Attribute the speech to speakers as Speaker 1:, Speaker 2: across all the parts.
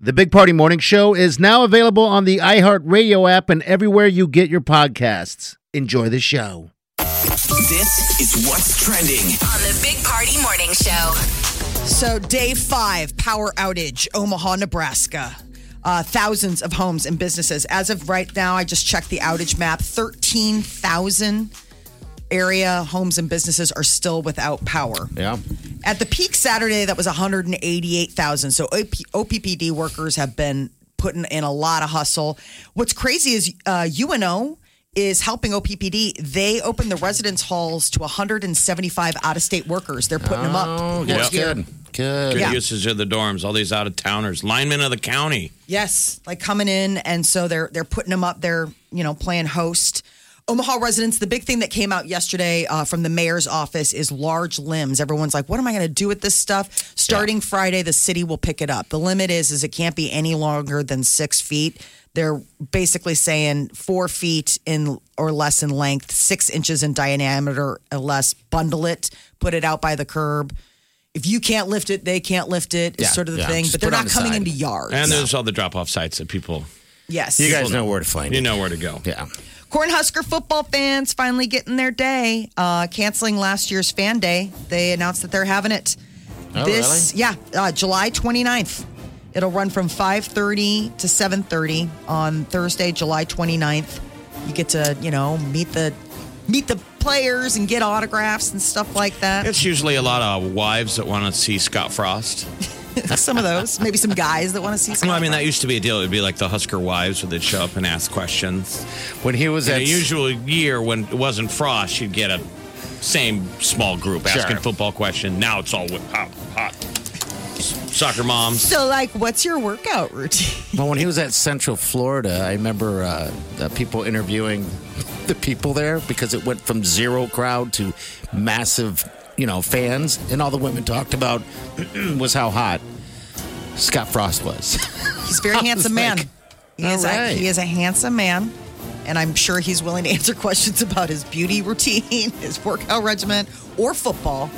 Speaker 1: The Big Party Morning Show is now available on the iHeartRadio app and everywhere you get your podcasts. Enjoy the show.
Speaker 2: This is what's trending.
Speaker 3: on the Big Party Morning Show.
Speaker 4: So, day five, power outage, Omaha, Nebraska. Uh, thousands of homes and businesses. As of right now, I just checked the outage map. 13,000 area homes and businesses are still without power.
Speaker 1: Yeah.
Speaker 4: At the peak Saturday, that was 188,000. So OP, OPPD workers have been putting in a lot of hustle. What's crazy is uh, UNO is helping OPPD. They opened the residence halls to 175 out of state workers. They're putting them up.
Speaker 1: Oh, That's
Speaker 4: next year.
Speaker 1: good. Good.
Speaker 5: Good
Speaker 4: Yeah.
Speaker 5: uses of the dorms. All these out of towners, linemen of the county.
Speaker 4: Yes, like coming in, and so they're they're putting them up. They're you know playing host. Omaha residents. The big thing that came out yesterday uh, from the mayor's office is large limbs. Everyone's like, "What am I going to do with this stuff?" Starting Friday, the city will pick it up. The limit is is it can't be any longer than six feet. They're basically saying four feet in or less in length, six inches in diameter or less. Bundle it, put it out by the curb. If you can't lift it, they can't lift it. Is
Speaker 1: Yeah,
Speaker 4: sort of the
Speaker 1: yeah.
Speaker 4: thing,
Speaker 1: Just
Speaker 4: but they're
Speaker 1: put it on
Speaker 4: not
Speaker 1: the
Speaker 4: coming
Speaker 1: side.
Speaker 4: into yards.
Speaker 5: And there's all the drop-off sites that people,
Speaker 4: Yes.
Speaker 1: You guys know where to find
Speaker 5: you
Speaker 1: it.
Speaker 5: know where to go.
Speaker 1: Yeah.
Speaker 4: Cornhusker football fans finally getting their day, uh, canceling last year's fan day. They announced that they're having it.
Speaker 1: Oh,
Speaker 4: this, yeah, uh, July 29th. It'll run from 5:30 to 7:30 on Thursday, July 29th. You get to, you know, meet the meet the players and get autographs and stuff like that.
Speaker 5: It's usually a lot of wives that want to see Scott Frost.
Speaker 4: some of those, maybe some guys that want to see.
Speaker 5: Well, I mean, that used to be a deal. It'd be like the Husker wives where they'd show up and ask questions.
Speaker 1: When he was
Speaker 5: In
Speaker 1: at
Speaker 5: a usual year when it wasn't Frost, you'd get a same small group asking
Speaker 1: Sure.
Speaker 5: football question. Now it's all wi- hot, hot. Soccer moms.
Speaker 4: so, like, what's your workout routine?
Speaker 1: well, when he was at Central Florida, I remember uh, the people interviewing the people there because it went from zero crowd to massive, you know, fans, and all the women talked about was how hot Scott Frost was.
Speaker 4: He's a very
Speaker 1: I was
Speaker 4: handsome
Speaker 1: like,
Speaker 4: man. He is,
Speaker 1: "All right."
Speaker 4: a, he is a handsome man, and I'm sure he's willing to answer questions about his beauty routine, his workout regimen, or football.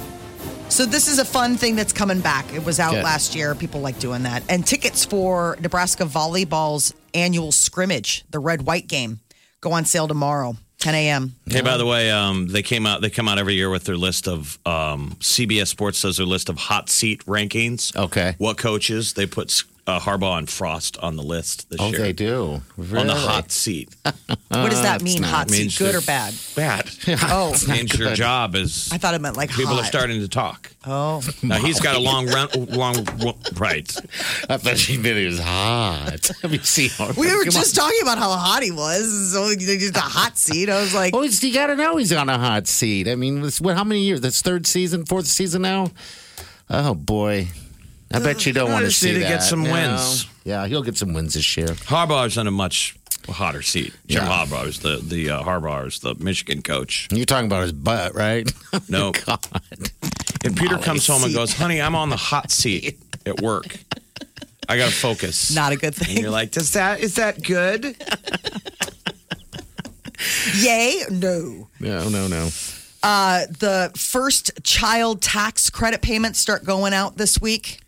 Speaker 4: So this is a fun thing that's coming back. It was out
Speaker 1: Good.
Speaker 4: last year. People like doing that. And tickets for Nebraska volleyball's annual scrimmage, the red white game, go on sale tomorrow, 10 a.m.
Speaker 5: Hey, by the way, um, they came out. They come out every year with their list of um, CBS Sports does their list of hot seat rankings.
Speaker 1: Okay.
Speaker 5: what coaches they put uh, Harbaugh and Frost on the list this
Speaker 1: Oh,
Speaker 5: year
Speaker 1: they do
Speaker 5: on the
Speaker 1: Really?
Speaker 5: hot seat.
Speaker 4: what does that mean?
Speaker 1: not-
Speaker 4: Hot seat,
Speaker 5: means
Speaker 4: good or
Speaker 5: it's-
Speaker 4: bad?
Speaker 5: Bad.
Speaker 4: Oh,
Speaker 5: Means your job is
Speaker 4: I thought it meant like
Speaker 5: people
Speaker 4: hot.
Speaker 5: are starting to talk.
Speaker 4: Oh,
Speaker 5: Now he's got a long run, long right.
Speaker 1: I thought she meant it was hot. Have you seen?
Speaker 4: we were
Speaker 1: Come
Speaker 4: just
Speaker 1: on.
Speaker 4: talking about how hot he was. So they did the hot seat. I was like,
Speaker 1: Oh, he's, you got to know he's on a hot seat. I mean, this, what? How many years? That's third season, fourth season now. Oh boy, I bet you
Speaker 4: Uh,
Speaker 1: don't
Speaker 5: I
Speaker 1: want
Speaker 5: just
Speaker 1: see
Speaker 5: need to
Speaker 1: that,
Speaker 5: get some
Speaker 1: you
Speaker 5: wins.
Speaker 1: know? Yeah, he'll get some wins this year.
Speaker 5: Harbaugh's on a much hotter seat. Jim
Speaker 1: Yeah.
Speaker 5: Harbaugh's the the uh, Harbaugh's the Michigan coach.
Speaker 1: You're talking about his butt, right?
Speaker 5: No,
Speaker 1: God.
Speaker 5: and Peter
Speaker 1: Molly,
Speaker 5: comes home and
Speaker 1: seat.
Speaker 5: goes, "Honey, I'm on the hot seat at work. I got to focus."
Speaker 4: not a good
Speaker 5: and
Speaker 4: thing.
Speaker 5: you're like, "Does that is that good?"
Speaker 4: Yay? No.
Speaker 1: No, no, no.
Speaker 4: Uh, the first child tax credit payments start going out this week.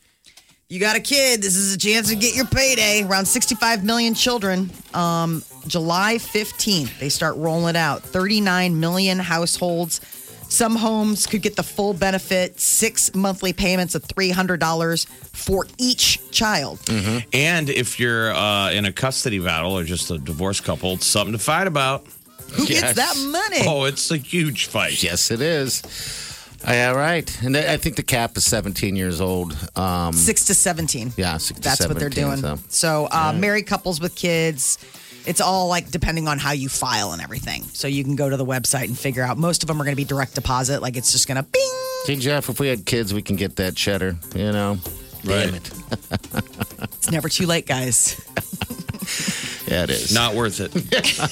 Speaker 4: You got a kid. This is a chance to get your payday. Around 65 million children. Um, July 15th, they start rolling out. 39 million households. Some homes could get the full benefit, six monthly payments of $300 for each child.
Speaker 1: Mm-hmm.
Speaker 5: And if you're uh, in a custody battle or just a divorced couple, it's something to fight about.
Speaker 4: Who
Speaker 1: Yes.
Speaker 4: gets that money?
Speaker 5: Oh, it's a huge fight.
Speaker 1: Yes, it is. All right, and I I think the cap is 17 years old. Um,
Speaker 4: Six to 17.
Speaker 1: yeah, six to
Speaker 4: that's what they're
Speaker 1: 17,
Speaker 4: doing. So,
Speaker 1: so.
Speaker 4: uh, married couples with kids, it's all like depending on how you file and everything. So you can go to the website and figure out. Most of them are going to be direct deposit. Like it's just going to bing.
Speaker 1: See, Jeff, if we had kids, we can get that cheddar. You know,
Speaker 5: Right.
Speaker 1: damn it.
Speaker 4: It's never too late, guys.
Speaker 1: Yeah, it is.
Speaker 5: Not worth it.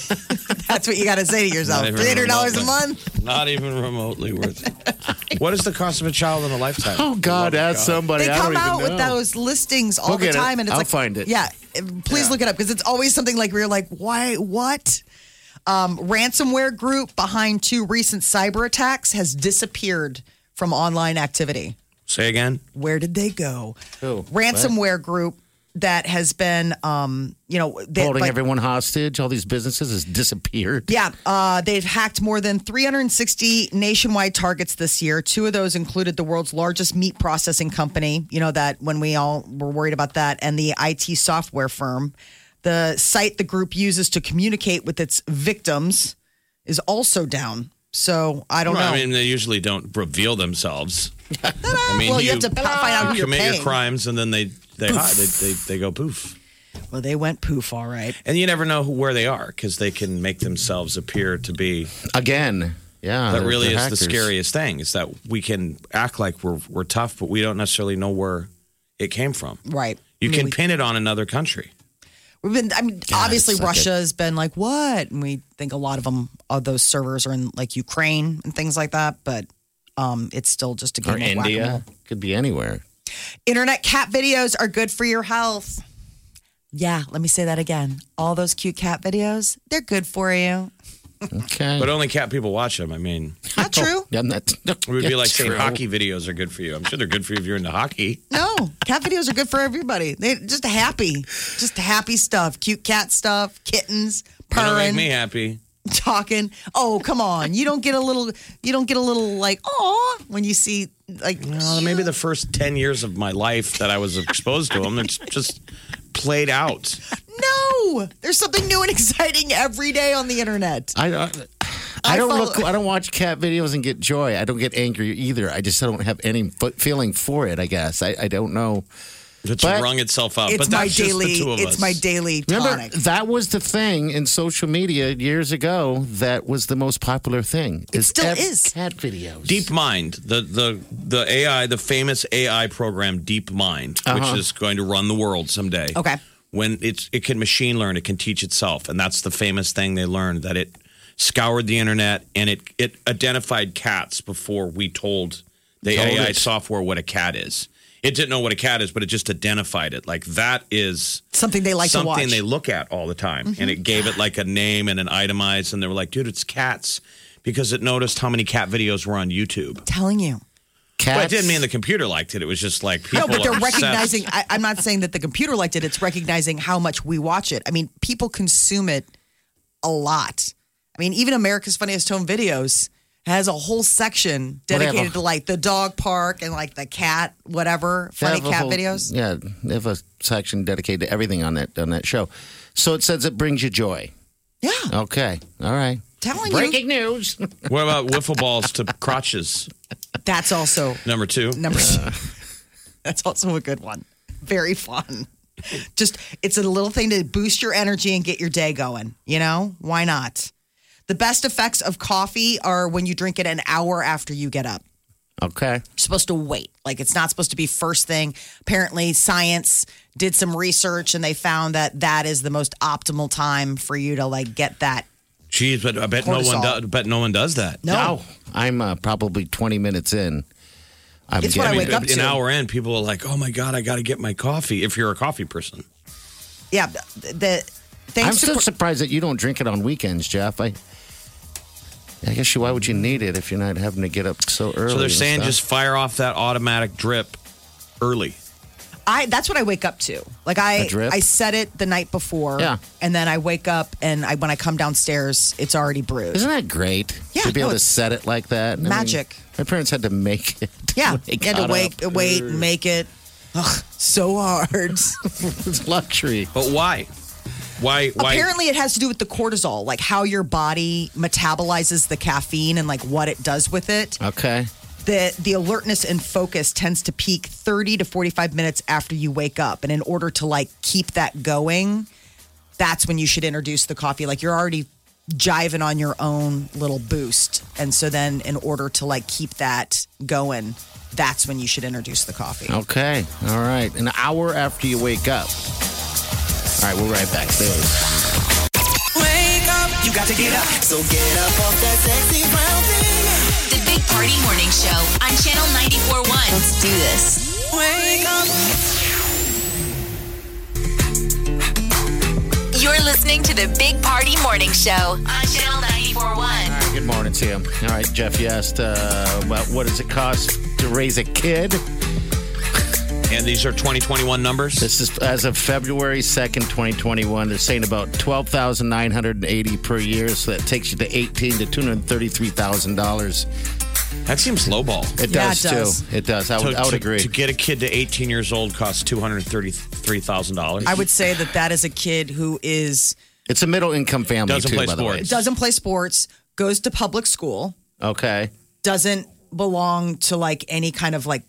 Speaker 4: That's what you got to say to yourself.
Speaker 5: Not even
Speaker 4: Three hundred dollars a
Speaker 5: remotely.
Speaker 4: month.
Speaker 5: Not even remotely worth it. What is the cost of a child in a lifetime?
Speaker 1: Oh God,
Speaker 5: Oh, my
Speaker 1: ask
Speaker 5: God.
Speaker 1: somebody.
Speaker 4: They
Speaker 1: I
Speaker 4: come
Speaker 1: don't
Speaker 4: out
Speaker 1: even
Speaker 4: with
Speaker 1: know.
Speaker 4: those listings all
Speaker 1: We'll
Speaker 4: the
Speaker 1: get it.
Speaker 4: time, and it's
Speaker 1: I'll
Speaker 4: like,
Speaker 1: find it.
Speaker 4: Yeah, eh, please look it up because it's always something like we're like, why, what? Um, ransomware group behind two recent cyber attacks has disappeared from online activity.
Speaker 5: Say again.
Speaker 4: Where did they go?
Speaker 1: Who?
Speaker 4: Ransomware group that has been, um, you know, they,
Speaker 1: Holding
Speaker 4: like-
Speaker 1: everyone hostage. All these businesses has disappeared.
Speaker 4: Yeah, uh, they've hacked more than 360 nationwide targets this year. Two of those included the world's largest meat processing company. You know that when we all were worried about that, and the IT software firm. The site the group uses to communicate with its victims is also down. So I don't
Speaker 5: Well,
Speaker 4: know.
Speaker 5: I mean, they usually don't reveal themselves. I mean,
Speaker 4: well, you, have to p- find out who
Speaker 5: you
Speaker 4: you're
Speaker 5: commit
Speaker 4: paying.
Speaker 5: your crimes, and then they they, hide, they they they go poof.
Speaker 4: Well, they went poof, all right.
Speaker 5: And you never know who, where they are because they can make themselves appear to be.
Speaker 1: Again. Yeah.
Speaker 5: That
Speaker 1: they're-
Speaker 5: really
Speaker 1: they're
Speaker 5: is
Speaker 1: hackers.
Speaker 5: the scariest thing is that we can act like we're, we're tough, but we don't necessarily know where it came from.
Speaker 4: Right.
Speaker 5: You
Speaker 4: I mean,
Speaker 5: can
Speaker 4: we-
Speaker 5: pin it on another country.
Speaker 4: We've been, I mean, obviously
Speaker 1: it's like
Speaker 4: Russia has been like, what? And we think a lot of them, of those servers are in like Ukraine and things like that, but um, it's still just a game
Speaker 1: Or
Speaker 4: of
Speaker 1: India.
Speaker 4: whack-a-mole.
Speaker 1: Could be anywhere.
Speaker 4: Internet cat videos are good for your health. Yeah, let me say that again. All those cute cat videos, they're good for you.
Speaker 1: Okay.
Speaker 5: But only cat people watch them. I mean,
Speaker 4: Not true.
Speaker 1: Yeah, that's-
Speaker 5: it would be
Speaker 1: yeah,
Speaker 5: like saying
Speaker 1: true.
Speaker 5: hockey videos are good for you. I'm sure they're good for you if you're into hockey.
Speaker 4: No, cat videos are good for everybody. They just happy, just happy stuff, cute cat stuff, kittens,
Speaker 5: They don't make
Speaker 4: purring.
Speaker 5: me happy.
Speaker 4: talking. Oh, come on! You don't get a little. You don't get a little like oh when you see like.
Speaker 5: Well, maybe the first 10 years of my life that I was exposed to them, it's just played out.
Speaker 4: No, there's something new and exciting every day on the internet.
Speaker 1: I don't. I don't
Speaker 4: I follow-
Speaker 1: look. I don't watch cat videos and get joy. I don't get angry either. I just don't have any f- feeling for it. I guess I, I don't know.
Speaker 5: It's
Speaker 1: But
Speaker 5: rung itself up.
Speaker 4: It's
Speaker 5: but
Speaker 4: my
Speaker 5: that's
Speaker 4: daily.
Speaker 5: just the two of
Speaker 4: It's
Speaker 5: us.
Speaker 4: my daily
Speaker 1: Remember
Speaker 4: tonic.
Speaker 1: that was the thing in social media years ago. That was the most popular thing. It
Speaker 4: still is.
Speaker 1: cat videos.
Speaker 5: Deep Mind, the the the AI, the famous AI program Deep Mind,
Speaker 1: Uh-huh.
Speaker 5: which is going to run the world someday.
Speaker 4: Okay.
Speaker 5: When it's it can machine learn, it can teach itself, and that's the famous thing they learned that it scoured the internet and it it identified cats before we told the
Speaker 1: Told
Speaker 5: AI
Speaker 1: it.
Speaker 5: software what a cat is. It didn't know what a cat is, but it just identified it. Like that is
Speaker 4: Something they like to
Speaker 5: something
Speaker 4: watch. Mm-hmm.
Speaker 5: they look at all the time. And it gave it like a name and an itemized, and they were like, dude, it's cats. Because it noticed how many cat videos were on YouTube.
Speaker 4: telling you.
Speaker 1: Cats.
Speaker 5: But it didn't mean the computer liked it. It was just like people.
Speaker 4: No, but they're
Speaker 5: are obsessed.
Speaker 4: recognizing. I, I'm not saying that the computer liked it. It's recognizing how much we watch it. I mean, people consume it a lot. I mean, even America's Funniest Home Videos has a whole section
Speaker 1: Well, they have
Speaker 4: dedicated
Speaker 1: a-
Speaker 4: to like the dog park and like the cat, whatever,
Speaker 1: They
Speaker 4: funny
Speaker 1: have a
Speaker 4: cat
Speaker 1: whole-
Speaker 4: videos.
Speaker 1: Yeah, they have a section dedicated to everything on that on that show. So it says it brings you joy.
Speaker 4: Yeah,
Speaker 1: Okay, all right.
Speaker 4: telling you,
Speaker 1: Breaking news.
Speaker 5: What about wiffle balls to crotches?
Speaker 4: that's also
Speaker 5: Number two.
Speaker 4: number.
Speaker 1: Uh,
Speaker 4: that's also a good one. Very fun. Just it's a little thing to boost your energy and get your day going. You know why not? The best effects of coffee are when you drink it an hour after you get up.
Speaker 1: Okay.
Speaker 4: You're supposed to wait. Like it's not supposed to be first thing. Apparently, science did some research and they found that that is the most optimal time for you to like get that.
Speaker 5: Jeez, but I bet no one.
Speaker 4: Cortisol.
Speaker 5: Does, bet no one does that.
Speaker 4: No,
Speaker 1: Now I'm uh, probably 20 minutes in. I'm
Speaker 4: It's what I
Speaker 5: I mean,
Speaker 4: wake up
Speaker 5: an
Speaker 4: to.
Speaker 5: hour in, people are like, "Oh my god, I got to get my coffee." If you're a coffee person,
Speaker 4: yeah. The, the
Speaker 1: I'm
Speaker 4: thanks
Speaker 1: still
Speaker 4: to
Speaker 1: surprised that you don't drink it on weekends, Jeff. I, I guess you. Why would you need it if you're not having to get up so early?
Speaker 5: so they're
Speaker 1: and
Speaker 5: saying
Speaker 1: stuff?
Speaker 5: just fire off that automatic drip early.
Speaker 4: I. That's what I wake up to. Like I,
Speaker 1: A drip?
Speaker 4: I set it the night before.
Speaker 1: Yeah.
Speaker 4: and then I wake up and I when I come downstairs, it's already brewed.
Speaker 1: Isn't that great?
Speaker 4: Yeah,
Speaker 1: to be
Speaker 4: no,
Speaker 1: able to
Speaker 4: it's
Speaker 1: set it like that. I mean,
Speaker 4: magic.
Speaker 1: my parents had to make it.
Speaker 4: yeah,
Speaker 1: when they
Speaker 4: and to
Speaker 1: got
Speaker 4: wake,
Speaker 1: up.
Speaker 4: wait, and make it. Ugh, so hard.
Speaker 1: It's luxury.
Speaker 5: But why? Why? Why?
Speaker 4: Apparently, it has to do with the cortisol, like how your body metabolizes the caffeine and like what it does with it.
Speaker 1: Okay.
Speaker 4: The the alertness and focus tends to peak 30 to 45 minutes after you wake up, and in order to like keep that going, that's when you should introduce the coffee. Like you're already jiving on your own little boost, and so then in order to like keep that going, that's when you should introduce the coffee.
Speaker 1: Okay. All right. An hour after you wake up. All right. We're right back. There.
Speaker 2: You got to get up. So get up off that sexy brown thing.
Speaker 3: The Big Party Morning Show on Channel 94.1. Let's do this.
Speaker 2: Wake up.
Speaker 3: You're listening to the Big Party Morning Show on Channel 94.1.
Speaker 1: All right, good morning, Sam. All right, Jeff, you asked uh, about what does it cost to raise a kid?
Speaker 5: And these are 2021 numbers.
Speaker 1: This is as of February 2nd, 2021. They're saying about 12,980 per year, so that takes you to 18 to $233,000.
Speaker 5: that seems lowball.
Speaker 1: It
Speaker 4: Yeah,
Speaker 1: does
Speaker 4: it does.
Speaker 1: too. It does. I would, I would
Speaker 5: to,
Speaker 1: agree.
Speaker 5: To get a kid to 18 years old costs $233,000.
Speaker 4: I would say that that is a kid who is
Speaker 1: it's a middle income family
Speaker 5: Doesn't
Speaker 1: too,
Speaker 5: play
Speaker 1: by the way.
Speaker 5: sports.
Speaker 4: doesn't play sports, goes to public school,
Speaker 1: Okay.
Speaker 4: doesn't belong to like any kind of like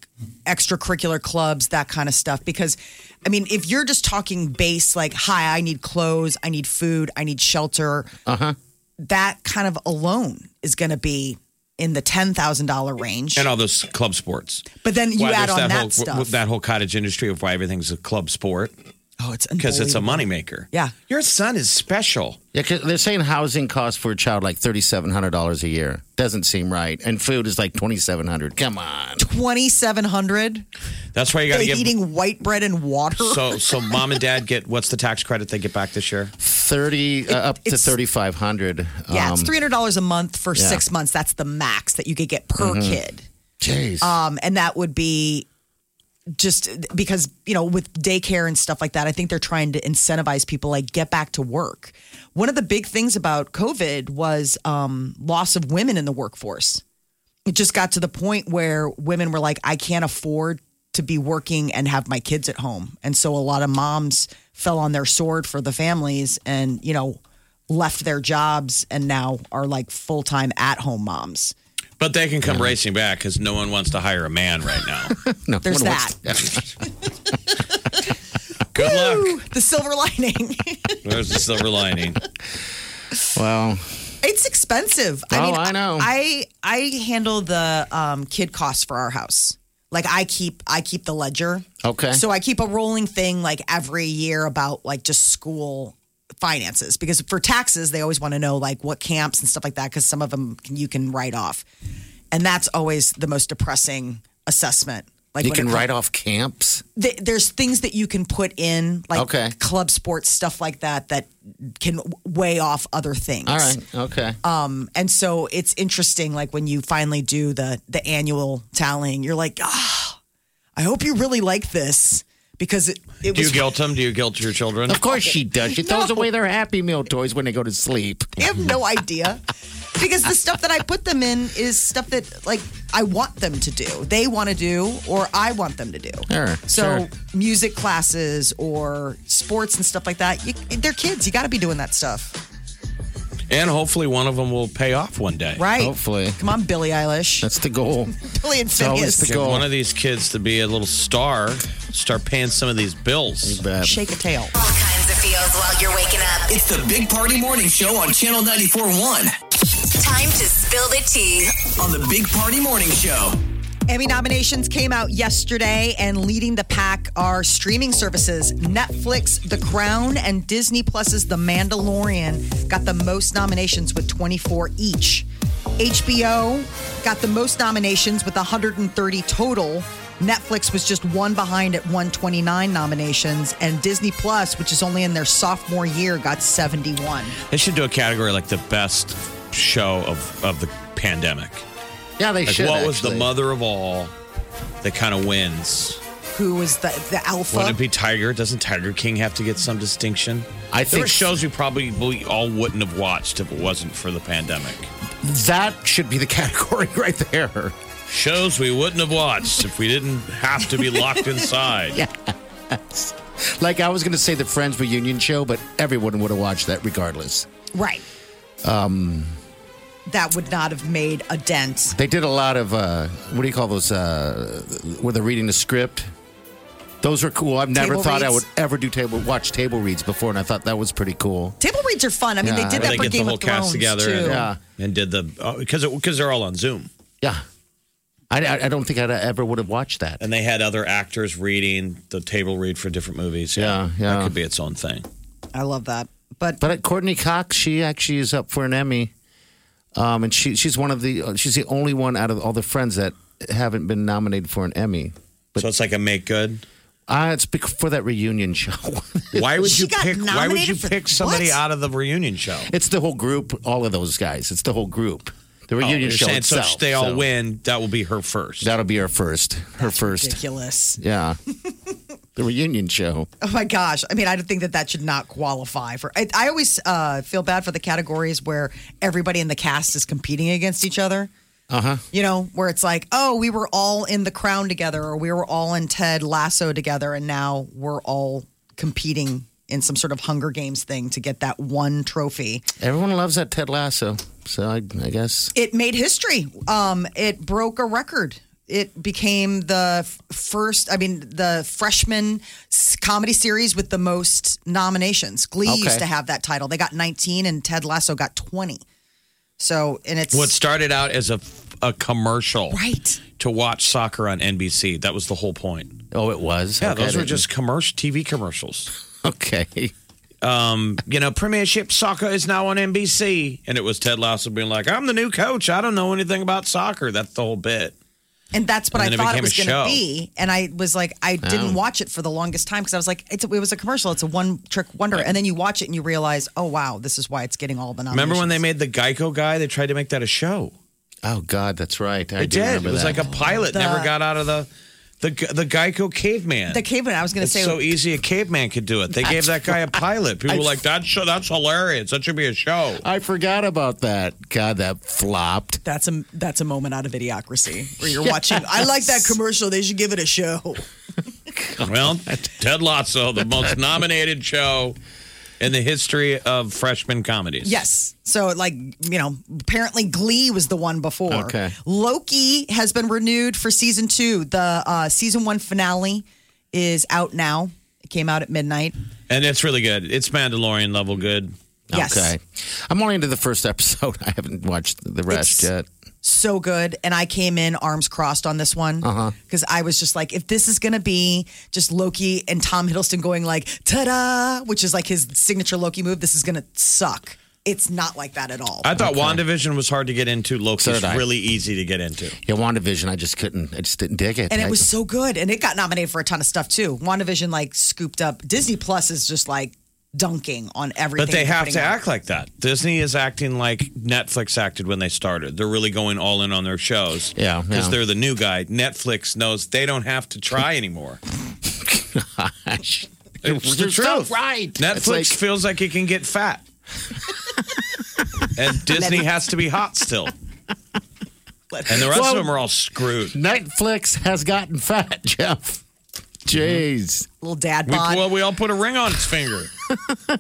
Speaker 4: extracurricular clubs, that kind of stuff. Because, I mean, if you're just talking base, like, hi, I need clothes, I need food, I need shelter, uh-huh. that kind of alone is going to be in the $10,000 range.
Speaker 5: and all those club sports.
Speaker 4: But then you
Speaker 5: Why
Speaker 4: add
Speaker 5: there's
Speaker 4: on that,
Speaker 5: whole,
Speaker 4: stuff.
Speaker 5: w- that whole cottage industry of why everything's a club sport
Speaker 4: oh, it's
Speaker 5: because it's a
Speaker 4: unbelievable.
Speaker 5: moneymaker.
Speaker 4: Yeah.
Speaker 5: Your son is special.
Speaker 1: Yeah, they they're saying housing costs for a child like $3,700 a year. Doesn't seem right. And food is like 2700 Come on.
Speaker 4: 2700
Speaker 5: That's why you got to
Speaker 4: They're
Speaker 5: give.
Speaker 4: eating white bread and water.
Speaker 5: So, so mom and dad get what's the tax credit they get back this year?
Speaker 1: 30 uh, up to
Speaker 4: it's-
Speaker 1: 3500
Speaker 4: yeah,
Speaker 1: um,
Speaker 4: it's three hundred dollars a month for
Speaker 1: yeah. Mm-hmm.
Speaker 4: six months. That's the max that you could get per kid.
Speaker 1: Jeez.
Speaker 4: Um, and that would be just because you know with daycare and stuff like that. I think they're trying to incentivize people like get back to work. One of the big things about COVID was um, loss of women in the workforce. It just got to the point where women were like, I can't afford to be working and have my kids at home, and so a lot of moms fell on their sword for the families, and you know. Left their jobs and now are like full time at home moms.
Speaker 5: But they can come racing back because no one wants to hire a man right now.
Speaker 1: no,
Speaker 4: there's
Speaker 1: one wants-
Speaker 5: Good luck.
Speaker 4: The silver lining.
Speaker 5: There's the silver lining.
Speaker 1: well,
Speaker 4: It's expensive. I
Speaker 1: Oh,
Speaker 4: mean,
Speaker 1: I know.
Speaker 4: I I handle the um, kid costs for our house. Like I keep I keep the ledger.
Speaker 1: Okay.
Speaker 4: So I keep a rolling thing like every year about like just school finances because for taxes they always want to know like what camps and stuff like that because some of them can, you can write off, and that's always the most depressing assessment. Like
Speaker 1: you
Speaker 4: when it
Speaker 1: can
Speaker 4: comes-
Speaker 1: write off camps.
Speaker 4: th- there's things that you can put in like
Speaker 1: Okay.
Speaker 4: club sports stuff like that that can weigh off other things
Speaker 1: All right. Okay.
Speaker 4: um, and so it's interesting like when you finally do the the annual tallying you're like ah i hope you really like this because it, it
Speaker 5: Do you
Speaker 4: was
Speaker 5: guilt them? Do you guilt your children?
Speaker 1: of course she does. She throws away their Happy Meal toys when they go to sleep.
Speaker 4: I have no idea because the stuff that i put them in is stuff that like i want them to do they want to do or i want them to do
Speaker 1: Sure,
Speaker 4: so
Speaker 1: sure.
Speaker 4: music classes or sports and stuff like that you, they're kids you got to be doing that stuff
Speaker 5: And hopefully one of them will pay off one day.
Speaker 4: right
Speaker 1: Hopefully.
Speaker 4: come on billie eilish
Speaker 1: That's the goal.
Speaker 4: billie and
Speaker 1: So it's
Speaker 4: phineas
Speaker 1: the
Speaker 5: Get
Speaker 1: goal.
Speaker 5: one of these kids to be a little star, start paying some of these bills.
Speaker 1: Bad.
Speaker 4: shake a tail
Speaker 3: All kinds of feels while you're waking up.
Speaker 2: It's the Big Party Morning Show on Channel 94.1.
Speaker 3: It's time to spill the tea.
Speaker 2: On the Big Party Morning Show.
Speaker 4: Emmy nominations came out yesterday, and leading the pack are streaming services Netflix, The Crown, and Disney Plus's The Mandalorian got the most nominations with 24 each. HBO got the most nominations with 130 total. Netflix was just one behind at 129 nominations, and Disney Plus, which is only in their sophomore year, got 71.
Speaker 5: They should do a category like the best show of, of the pandemic.
Speaker 1: Yeah, they
Speaker 5: Like
Speaker 1: should.
Speaker 5: what was the
Speaker 1: actually.
Speaker 5: mother of all that kind of wins?
Speaker 4: Who was the, the alpha?
Speaker 5: Wouldn't it be Tiger? Doesn't Tiger King have to get some distinction?
Speaker 1: I
Speaker 5: there were
Speaker 1: think-
Speaker 5: shows we probably we all wouldn't have watched if it wasn't for the pandemic.
Speaker 1: That should be the category right there.
Speaker 5: Shows we wouldn't have watched if we didn't have to be locked inside. yeah.
Speaker 1: Like I was going to say the Friends reunion show, but everyone would have watched that regardless.
Speaker 4: Right. Um, that would not have made a dent.
Speaker 1: They did a lot of uh, what do you call those? Uh, where they're reading the script. Those were cool. I've never
Speaker 4: Table
Speaker 1: thought I would
Speaker 4: reads?
Speaker 1: ever do table watch table reads before, and I thought that was pretty cool.
Speaker 4: Table reads are fun. I mean,
Speaker 1: Yeah,
Speaker 4: they did
Speaker 5: Where
Speaker 4: that
Speaker 5: they
Speaker 4: for
Speaker 5: get the
Speaker 4: Game
Speaker 5: whole
Speaker 4: of Thrones
Speaker 5: cast together
Speaker 4: too.
Speaker 5: and,
Speaker 1: Yeah.
Speaker 5: and did the oh, because because they're all on Zoom
Speaker 1: Yeah, I, I, I don't think I ever would have watched that.
Speaker 5: and they had other actors reading the table read for different movies.
Speaker 1: Yeah, yeah.
Speaker 5: that could be its own thing.
Speaker 4: I love that. But
Speaker 1: But at Courtney Cox, she actually is up for an Emmy, um, and she she's one of the uh, she's the only one out of all the friends that haven't been nominated for an Emmy.
Speaker 5: so it's like a make good.
Speaker 1: Uh, it's bec- for that reunion show.
Speaker 5: Why would
Speaker 4: She
Speaker 5: you
Speaker 4: got
Speaker 5: pick? Why would you
Speaker 4: nominated for-
Speaker 5: pick somebody
Speaker 4: what?
Speaker 5: out of the reunion show?
Speaker 1: it's the whole group, all of those guys. It's the whole group. The
Speaker 5: Oh,
Speaker 1: reunion
Speaker 5: you're
Speaker 1: show
Speaker 5: saying,
Speaker 1: itself.
Speaker 5: so if they all
Speaker 1: so
Speaker 5: win. That will be her first.
Speaker 1: That'll be her first. Her first.
Speaker 4: ridiculous.
Speaker 1: Yeah. the reunion show.
Speaker 4: Oh my gosh. I mean, I think that that should not qualify for. I, I always uh, feel bad for the categories where everybody in the cast is competing against each other.
Speaker 1: Uh-huh.
Speaker 4: Uh huh. You know, where it's like, oh, we were all in the crown together, or we were all in Ted Lasso together, and now we're all competing in some sort of Hunger Games thing to get that one trophy.
Speaker 1: Everyone loves that Ted Lasso. So I, I guess
Speaker 4: It made history. Um, it broke a record. It became the f- first, I mean, the freshman s- comedy series with the most nominations. Glee used
Speaker 1: Okay.
Speaker 4: to have that title. They got 19 and Ted Lasso got 20. So, and it's.
Speaker 5: What started out as a a commercial,
Speaker 4: Right.
Speaker 5: To watch soccer on NBC. That was the whole point.
Speaker 1: Oh, it was.
Speaker 5: Yeah,
Speaker 1: Okay,
Speaker 5: those
Speaker 1: I
Speaker 5: were
Speaker 1: didn't-
Speaker 5: just commercial TV commercials.
Speaker 1: okay.
Speaker 5: Um, You know, Premiership soccer is now on NBC, and it was Ted Lasso being like, "I'm the new coach. I don't know anything about soccer." That's the whole bit.
Speaker 4: And that's what
Speaker 5: And
Speaker 4: I
Speaker 5: then it
Speaker 4: thought it
Speaker 5: became
Speaker 4: was
Speaker 5: a
Speaker 4: going to
Speaker 5: show. Oh.
Speaker 4: be. And I was like, I didn't watch it for the longest time because I was like, it's, it was a commercial. It's a one trick wonder. And then you watch it and you realize, oh, wow, this is why it's getting all the nominations.
Speaker 5: Remember when they made the Geico guy? They tried to make that a show.
Speaker 1: Oh God, that's right. I
Speaker 5: It
Speaker 1: do
Speaker 5: did. It
Speaker 1: remember
Speaker 5: was
Speaker 1: that.
Speaker 5: like a pilot.
Speaker 4: The-
Speaker 5: never got out of the the the Geico caveman.
Speaker 4: The caveman, I was going to
Speaker 5: it's
Speaker 4: say.
Speaker 5: so easy a caveman could do it. They gave that guy a pilot. People were like, "That's that's hilarious. That should be a show."
Speaker 1: I forgot about that. God, Uh, that flopped.
Speaker 4: That's a that's a moment out of idiocracy where you're watching. I like that commercial. They should give it a show.
Speaker 5: Well, Ted Lasso, the most nominated show in the history of freshman comedies.
Speaker 4: Yes. So like you know, apparently Glee was the one before.
Speaker 1: Okay.
Speaker 4: Loki has been renewed for season two. The uh, season one finale is out now. It came out at midnight.
Speaker 5: and it's really good. It's Mandalorian level good.
Speaker 4: Yes.
Speaker 1: Okay. I'm only into the first episode. I haven't watched the rest
Speaker 4: It's-
Speaker 1: yet.
Speaker 4: so good. And I came in arms crossed on this one because I was just like, if this is going to be just Loki and Tom Hiddleston going like, ta da, which is like his signature Loki move, this is going to suck. It's not like that at all.
Speaker 5: I thought WandaVision was hard to get into.
Speaker 1: So
Speaker 5: Loki's
Speaker 1: did I.
Speaker 5: really easy to get into.
Speaker 1: Yeah, WandaVision, I just couldn't. I just didn't dig it.
Speaker 4: and it
Speaker 1: I-
Speaker 4: was so good. And it got nominated for a ton of stuff too. WandaVision like scooped up. Disney Plus is just like dunking on everything.
Speaker 5: But they
Speaker 4: they're
Speaker 5: have
Speaker 4: putting
Speaker 5: to
Speaker 4: out.
Speaker 5: act like that. Disney is acting like Netflix acted when they started. They're really going all in on their shows.
Speaker 1: Yeah,
Speaker 5: Because
Speaker 1: yeah.
Speaker 5: they're the new guy. Netflix knows they don't have to try anymore.
Speaker 1: gosh.
Speaker 5: It's the
Speaker 1: You're so
Speaker 5: truth.
Speaker 1: right. It's
Speaker 5: Netflix
Speaker 1: like-
Speaker 5: feels like it can get fat. and Disney has to be hot still. And the rest
Speaker 1: Well-
Speaker 5: of them are all screwed. Mm-hmm.
Speaker 1: Netflix has gotten fat, Jeff. Jeez.
Speaker 4: Little dad
Speaker 5: We,
Speaker 4: bod
Speaker 5: well, we all put a ring on its finger.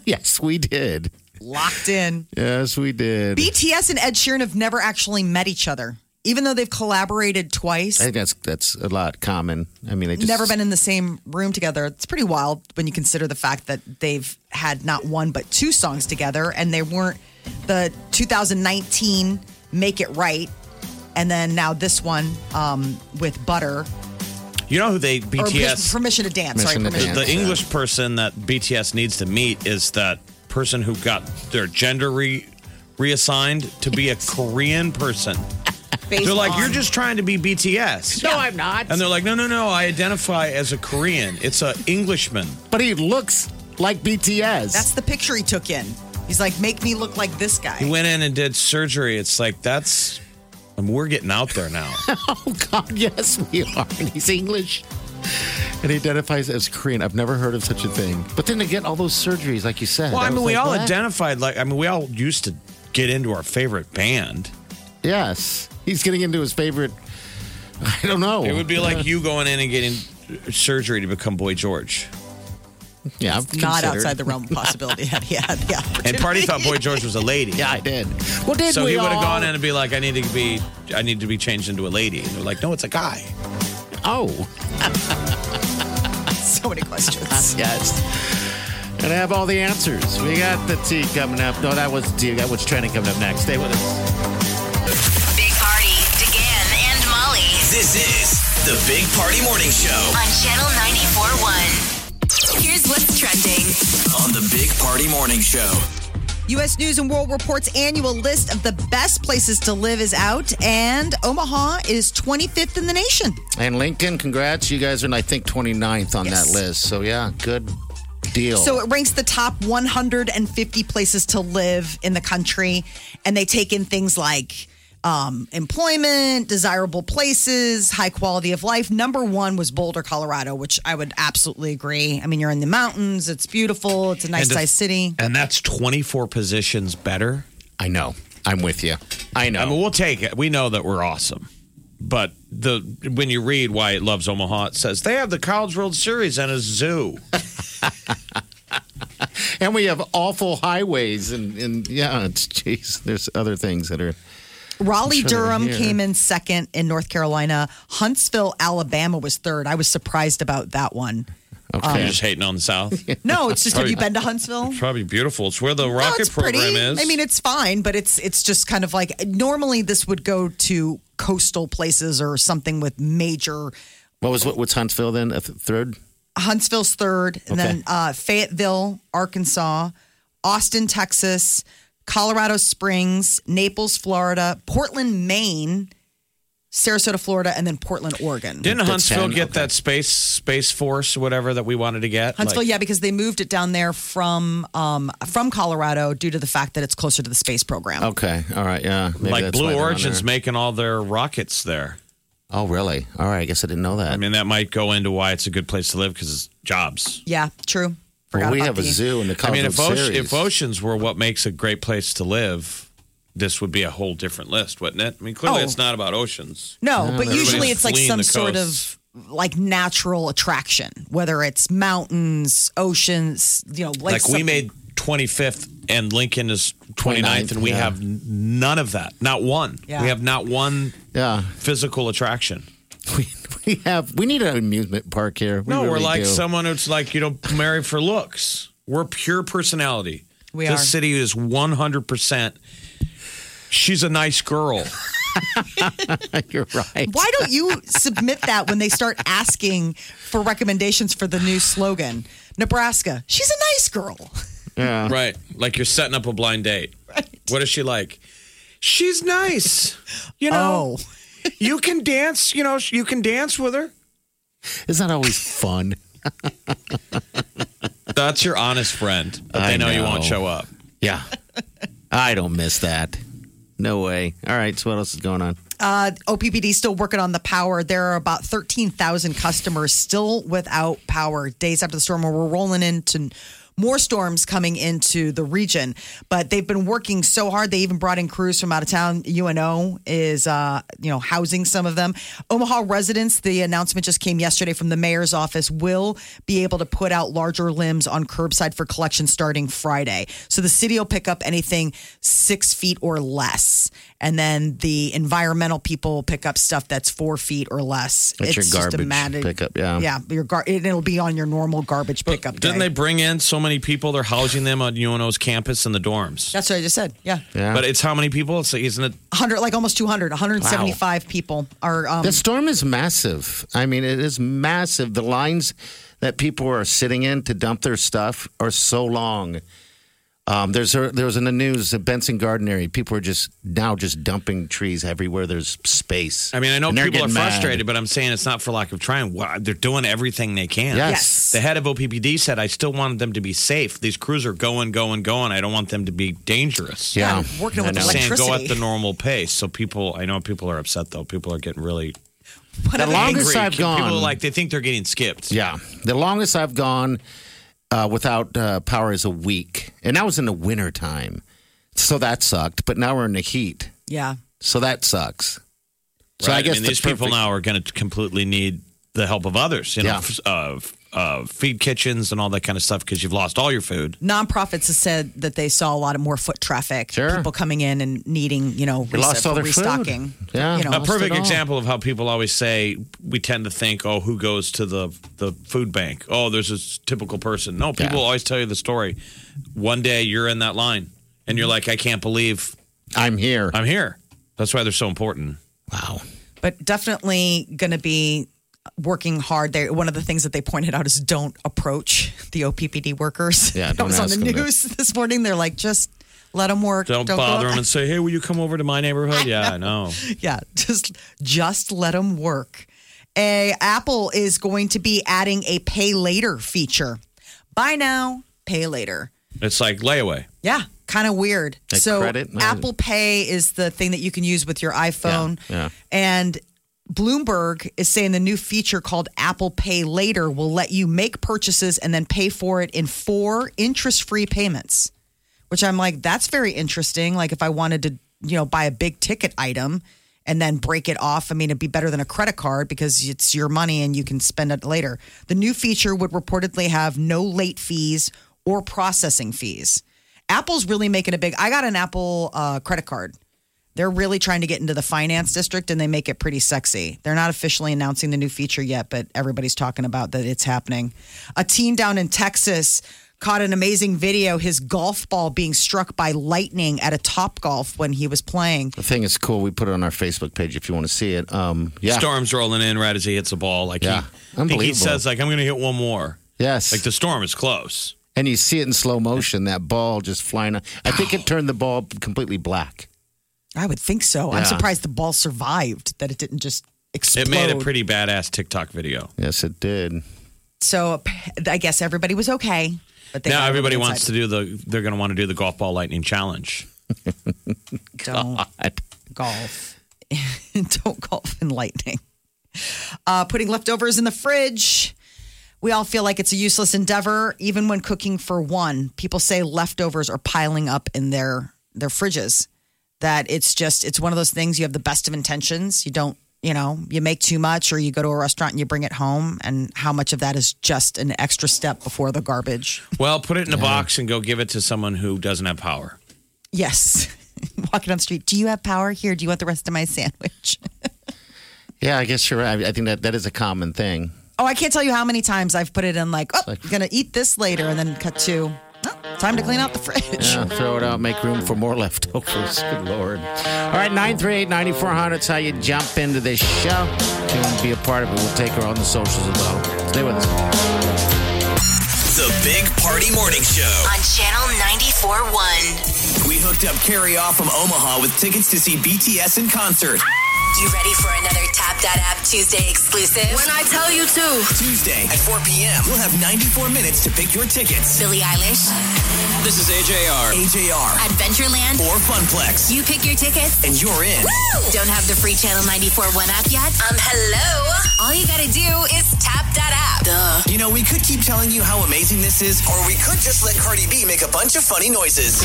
Speaker 1: Yes, we did.
Speaker 4: locked in.
Speaker 1: Yes, we did.
Speaker 4: BTS and Ed Sheeran have never actually met each other, even though they've collaborated twice.
Speaker 1: I think that's that's a lot common. I mean, they just
Speaker 4: never been in the same room together. It's pretty wild when you consider the fact that they've had not one but two songs together, and they weren't the 2019 "Make It Right," and then now this one um, with Butter
Speaker 5: You know who they
Speaker 4: or
Speaker 5: BTS
Speaker 4: Per- Permission to Dance.
Speaker 1: Permission to
Speaker 4: sorry, Permission.
Speaker 1: Dance.
Speaker 5: the English person that BTS needs to meet is that person who got their gender re- reassigned to be a Korean person.
Speaker 4: Based
Speaker 5: They're like,
Speaker 4: on-
Speaker 5: you're just trying to be BTS.
Speaker 1: No, I'm not.
Speaker 5: And they're like, no, no, no, I identify as a Korean. It's a Englishman.
Speaker 1: but he looks like BTS.
Speaker 4: That's the picture he took in. He's like, make me look like this guy.
Speaker 5: He went in and did surgery. It's like, that's, I mean, we're getting out there now.
Speaker 1: oh God, yes, we are. And he's English. And he identifies as Korean. I've never heard of such a thing. But then again, all those surgeries, like you said.
Speaker 5: well, I
Speaker 1: was
Speaker 5: mean, we
Speaker 1: like,
Speaker 5: all
Speaker 1: what?
Speaker 5: identified, like, I mean, we all used to get into our favorite band.
Speaker 1: Yes, he's getting into his favorite. I don't know.
Speaker 5: It would be like you going in and getting surgery to become Boy George.
Speaker 1: yeah, I've
Speaker 4: Not
Speaker 1: considered.
Speaker 4: outside the realm of possibility. that he had the
Speaker 5: And
Speaker 4: opportunity.
Speaker 5: Party thought Boy George was a lady.
Speaker 1: Yeah, I did. Well, did
Speaker 5: So
Speaker 1: we
Speaker 5: he would have
Speaker 1: all?
Speaker 5: gone in and be like, I need to be, I need to be changed into a lady. And they're like, no, it's a guy.
Speaker 1: Oh,
Speaker 4: so many questions.
Speaker 1: yes. And I have all the answers. We got the tea coming up. No, that was tea. That was trending coming up next. Stay with us.
Speaker 3: Big Party, DeGan and Molly
Speaker 2: This is the Big Party Morning Show
Speaker 3: on Channel 94.1. Here's what's trending.
Speaker 2: on the Big Party Party Morning Show.
Speaker 4: U.S. News and World Report's annual list of the best places to live is out, and Omaha is 25th in the nation.
Speaker 1: And Lincoln, congrats. You guys are, I think, 29th on
Speaker 4: Yes.
Speaker 1: that list. So, yeah, good deal.
Speaker 4: So it ranks the top 150 places to live in the country, and they take in things like um, employment, desirable places, high quality of life. Number one was Boulder, Colorado, which I would absolutely agree. I mean, you're in the mountains, it's beautiful, it's a nice
Speaker 5: And the-
Speaker 4: sized city.
Speaker 5: And that's 24 positions better.
Speaker 1: I know. I'm with you. I know.
Speaker 5: I mean, we'll take it. We know that we're awesome. But the when you read why it loves Omaha, it says they have the College World Series and a zoo.
Speaker 1: and we have awful highways. And, and yeah, it's, jeez, there's other things that are.
Speaker 4: Raleigh
Speaker 1: I'm sure they're
Speaker 4: Durham
Speaker 1: here.
Speaker 4: came in second in North Carolina, Huntsville, Alabama was third. I was surprised about that one. Um,
Speaker 5: You're
Speaker 1: Okay.
Speaker 5: just hating on the South.
Speaker 4: No, it's just have you been to Huntsville?
Speaker 5: Probably beautiful. It's where the
Speaker 4: No,
Speaker 5: rocket
Speaker 4: it's
Speaker 5: program
Speaker 4: pretty.
Speaker 5: is.
Speaker 4: I mean, it's fine, but it's it's just kind of like normally this would go to coastal places or something with major.
Speaker 1: what was what, what's Huntsville then? A th- third?
Speaker 4: Huntsville's third, and then uh, Fayetteville, Arkansas, Austin, Texas, Colorado Springs, Naples, Florida, Portland, Maine, Sarasota, Florida, and then Portland, Oregon.
Speaker 5: Didn't
Speaker 1: The
Speaker 5: Huntsville
Speaker 1: 10,
Speaker 5: get
Speaker 1: okay.
Speaker 5: that space space force, whatever that we wanted to get?
Speaker 4: Huntsville,
Speaker 5: Like-
Speaker 4: yeah, because they moved it down there from um, from Colorado due to the fact that it's closer to the space program.
Speaker 1: Okay. All right. Yeah. Maybe
Speaker 5: Like
Speaker 1: that's why
Speaker 5: Blue
Speaker 1: they're on
Speaker 5: Origin's
Speaker 1: there.
Speaker 5: making all their rockets there.
Speaker 1: Oh, really? All right. I guess I didn't know that.
Speaker 5: I mean, that might go into why it's a good place to live because it's jobs.
Speaker 4: Yeah, true. Forgot
Speaker 1: well, we
Speaker 4: about
Speaker 1: have a
Speaker 4: the-
Speaker 1: zoo in the
Speaker 5: I
Speaker 1: College
Speaker 5: mean, if,
Speaker 1: World
Speaker 5: oce-
Speaker 1: Series.
Speaker 5: if oceans were what makes a great place to live, this would be a whole different list, wouldn't it? I mean, clearly
Speaker 4: Oh.
Speaker 5: it's not about oceans.
Speaker 4: No, but
Speaker 5: everybody's
Speaker 4: usually it's like
Speaker 5: fleeing
Speaker 4: some
Speaker 5: the
Speaker 4: sort of
Speaker 5: coast.
Speaker 4: like natural attraction, whether it's mountains, oceans, you know,
Speaker 5: Like,
Speaker 4: like,
Speaker 5: we made 25th and Lincoln is 29th,
Speaker 1: 29th,
Speaker 5: and we
Speaker 1: yeah.
Speaker 5: have n- none of that. Not one.
Speaker 4: Yeah.
Speaker 5: We have not one
Speaker 1: yeah.
Speaker 5: physical attraction.
Speaker 1: We, we have. We need an amusement park here. We
Speaker 5: no, we're
Speaker 1: really
Speaker 5: like
Speaker 1: do.
Speaker 5: someone who's like, you don't marry for looks. We're pure personality.
Speaker 4: We
Speaker 5: this
Speaker 4: are.
Speaker 5: city is 100%. She's a nice girl.
Speaker 1: You're right.
Speaker 4: Why don't you submit that when they start asking for recommendations for the new slogan? Nebraska, she's a nice girl.
Speaker 5: Right. Like you're setting up a blind date.
Speaker 4: Right.
Speaker 5: What is she like? She's nice. You know,
Speaker 4: Oh,
Speaker 5: you can dance, you know, sh- you can dance with her.
Speaker 1: It's not always fun.
Speaker 5: That's your honest friend. But
Speaker 1: I
Speaker 5: they know, you
Speaker 1: know.
Speaker 5: won't show up.
Speaker 1: Yeah. I don't miss that. No way. All right. So what else is going on?
Speaker 4: uh, OPPD still working on the power. There are about 13,000 customers still without power days after the storm. We're rolling into more storms coming into the region, but they've been working so hard. They even brought in crews from out of town. UNO is, uh, you know, housing some of them. Um, Omaha residents, the announcement just came yesterday from the mayor's office, will be able to put out larger limbs on curbside for collection starting Friday. So the city will pick up anything six feet or less. And then the environmental people pick up stuff that's four feet or less.
Speaker 1: That's your
Speaker 4: just a
Speaker 1: garbage
Speaker 4: matter-
Speaker 1: pickup, yeah.
Speaker 4: Yeah. Your gar- it, it'll be on your normal garbage pickup.
Speaker 5: Didn't
Speaker 4: day.
Speaker 5: they bring in so many people? They're housing them on UNO's campus in the dorms.
Speaker 4: That's what I just said. Yeah.
Speaker 1: Yeah.
Speaker 5: But it's how many people? It's, isn't it?
Speaker 4: 100, like almost 200, 175 people are. Um,
Speaker 1: The storm is massive. I mean, it is massive. The lines that people are sitting in to dump their stuff are so long. Um, there's a, there was in the news at Benson Garden area. People are just now just dumping trees everywhere. There's space.
Speaker 5: I mean, I know
Speaker 1: And they're
Speaker 5: people are
Speaker 1: getting mad.
Speaker 5: frustrated, but I'm saying it's not for lack of trying. Why- They're doing everything they can.
Speaker 1: Yes.
Speaker 5: The head of OPPD said, I still wanted them to be safe. These crews are going, going, going. I don't want them to be dangerous.
Speaker 1: Yeah.
Speaker 4: working
Speaker 1: I
Speaker 4: with
Speaker 1: know.
Speaker 5: saying go
Speaker 4: electricity.
Speaker 5: at the normal pace. So people, I know people are upset though. People are getting really
Speaker 1: The
Speaker 4: One of the things-
Speaker 1: longest I've
Speaker 5: people
Speaker 1: gone.
Speaker 5: are like they think they're getting skipped.
Speaker 1: Yeah, the longest I've gone uh, without uh, power is a week, and that was in the winter time. So that sucked. But now we're in the heat,
Speaker 4: yeah.
Speaker 1: so that sucks. So
Speaker 5: Right?
Speaker 1: I guess
Speaker 5: mean,
Speaker 1: the
Speaker 5: these people
Speaker 1: perfect-
Speaker 5: now are going to completely need the help of others. You know,
Speaker 1: Yeah.
Speaker 5: f- of uh, feed kitchens and all that kind of stuff because you've lost all your food.
Speaker 4: nonprofits have said that they saw a lot of more foot traffic,
Speaker 1: Sure.
Speaker 4: people coming in and needing, you know,
Speaker 1: They lost
Speaker 4: reset-
Speaker 1: all their food.
Speaker 4: restocking.
Speaker 1: Yeah.
Speaker 4: you know,
Speaker 5: A
Speaker 1: Lost
Speaker 5: perfect
Speaker 1: it all.
Speaker 5: example of how people always say we tend to think, oh, who goes to the the food bank? Oh, there's this typical person. No, people
Speaker 1: Yeah.
Speaker 5: always tell you the story. One day you're in that line and you're like, I can't believe
Speaker 1: I'm here.
Speaker 5: I'm here. That's why they're so important.
Speaker 1: wow.
Speaker 4: but definitely going to be working hard. They one of the things that they pointed out is don't approach the OPPD workers.
Speaker 1: Yeah,
Speaker 4: that
Speaker 1: don't
Speaker 4: was on the
Speaker 1: ask them to-
Speaker 4: news this morning. They're like, just let them work.
Speaker 5: Don't,
Speaker 4: go
Speaker 5: bother
Speaker 4: up-
Speaker 5: them and say, hey, will you come over to my neighborhood? yeah, I know.
Speaker 4: Yeah, just just let them work. A, Apple is going to be adding a pay later feature. Buy now, pay later.
Speaker 5: It's like layaway.
Speaker 4: Yeah, kind of weird.
Speaker 1: Like
Speaker 4: so
Speaker 1: credit?
Speaker 4: Apple Pay is the thing that you can use with your iPhone.
Speaker 1: Yeah, yeah.
Speaker 4: And Bloomberg is saying the new feature called Apple Pay Later will let you make purchases and then pay for it in four interest-free payments. Which I'm like, that's very interesting. Like if I wanted to, you know, buy a big ticket item and then break it off, I mean, it'd be better than a credit card because it's your money and you can spend it later. The new feature would reportedly have no late fees or processing fees. Apple's really making a big. I got an Apple uh, credit card. They're really trying to get into the finance district, and they make it pretty sexy. They're not officially announcing the new feature yet, but everybody's talking about that it's happening. A teen down in Texas caught an amazing video: his golf ball being struck by lightning at a Top Golf when he was playing.
Speaker 1: The thing is cool. We put it on our Facebook page if you want to see it. Um, yeah.
Speaker 5: Storm's rolling in right as he hits the ball. Like
Speaker 1: Yeah.
Speaker 5: he, I think he
Speaker 1: Unbelievable.
Speaker 5: says, like, I'm going to hit one more.
Speaker 1: Yes.
Speaker 5: Like the storm is close.
Speaker 1: and you see it in slow motion. That ball just flying. up. I think
Speaker 5: Oh.
Speaker 1: it turned the ball completely black.
Speaker 4: I would think so. I'm
Speaker 1: Yeah.
Speaker 4: surprised the ball survived; that it didn't just explode.
Speaker 5: It made a pretty badass TikTok video.
Speaker 1: Yes, it did.
Speaker 4: So I guess everybody was okay. But they
Speaker 5: now everybody wants to do the. They're going to want to do the golf ball lightning challenge.
Speaker 4: Don't golf. Don't golf in lightning. Uh, putting leftovers in the fridge. We all feel like it's a useless endeavor, even when cooking for one. People say leftovers are piling up in their their fridges. That it's just it's one of those things. You have the best of intentions. You don't. You know, you make too much, or you go to a restaurant and you bring it home, and how much of that is just an extra step before the garbage?
Speaker 5: Well, put it in a box and go give it to someone who doesn't have power.
Speaker 4: Yes. Walking down the street. Do you have power here? Do you want the rest of my sandwich?
Speaker 1: Yeah, I guess you're right. I think that that is a common thing.
Speaker 4: Oh, I can't tell you how many times I've put it in like, oh,
Speaker 1: Like-
Speaker 4: gonna eat this later, and then cut to, oh, time to clean out the fridge.
Speaker 1: Yeah, throw it out, make room for more leftovers. Good lord. All right, 938 9400 is how you jump into this show. If you want to be a part of it, we'll take her on the socials as well. Stay with us.
Speaker 2: The Big Party Morning Show.
Speaker 3: on Channel 94.1.
Speaker 2: We hooked up Carrie off from Omaha with tickets to see BTS in concert
Speaker 3: You ready for another Tap That App Tuesday exclusive? When I tell you to.
Speaker 2: Tuesday at 4 p.m. We'll have 94 minutes to pick your tickets.
Speaker 3: Billie Eilish,
Speaker 2: This is AJR, AJR,
Speaker 3: Adventureland,
Speaker 2: or Funplex,
Speaker 3: you pick your tickets.
Speaker 2: and you're in.
Speaker 3: Don't have the free Channel 94.1 app yet? Um, hello? All you gotta do is tap that app. Duh.
Speaker 2: You know, we could keep telling you how amazing this is, or we could just let Cardi B make a bunch of funny noises.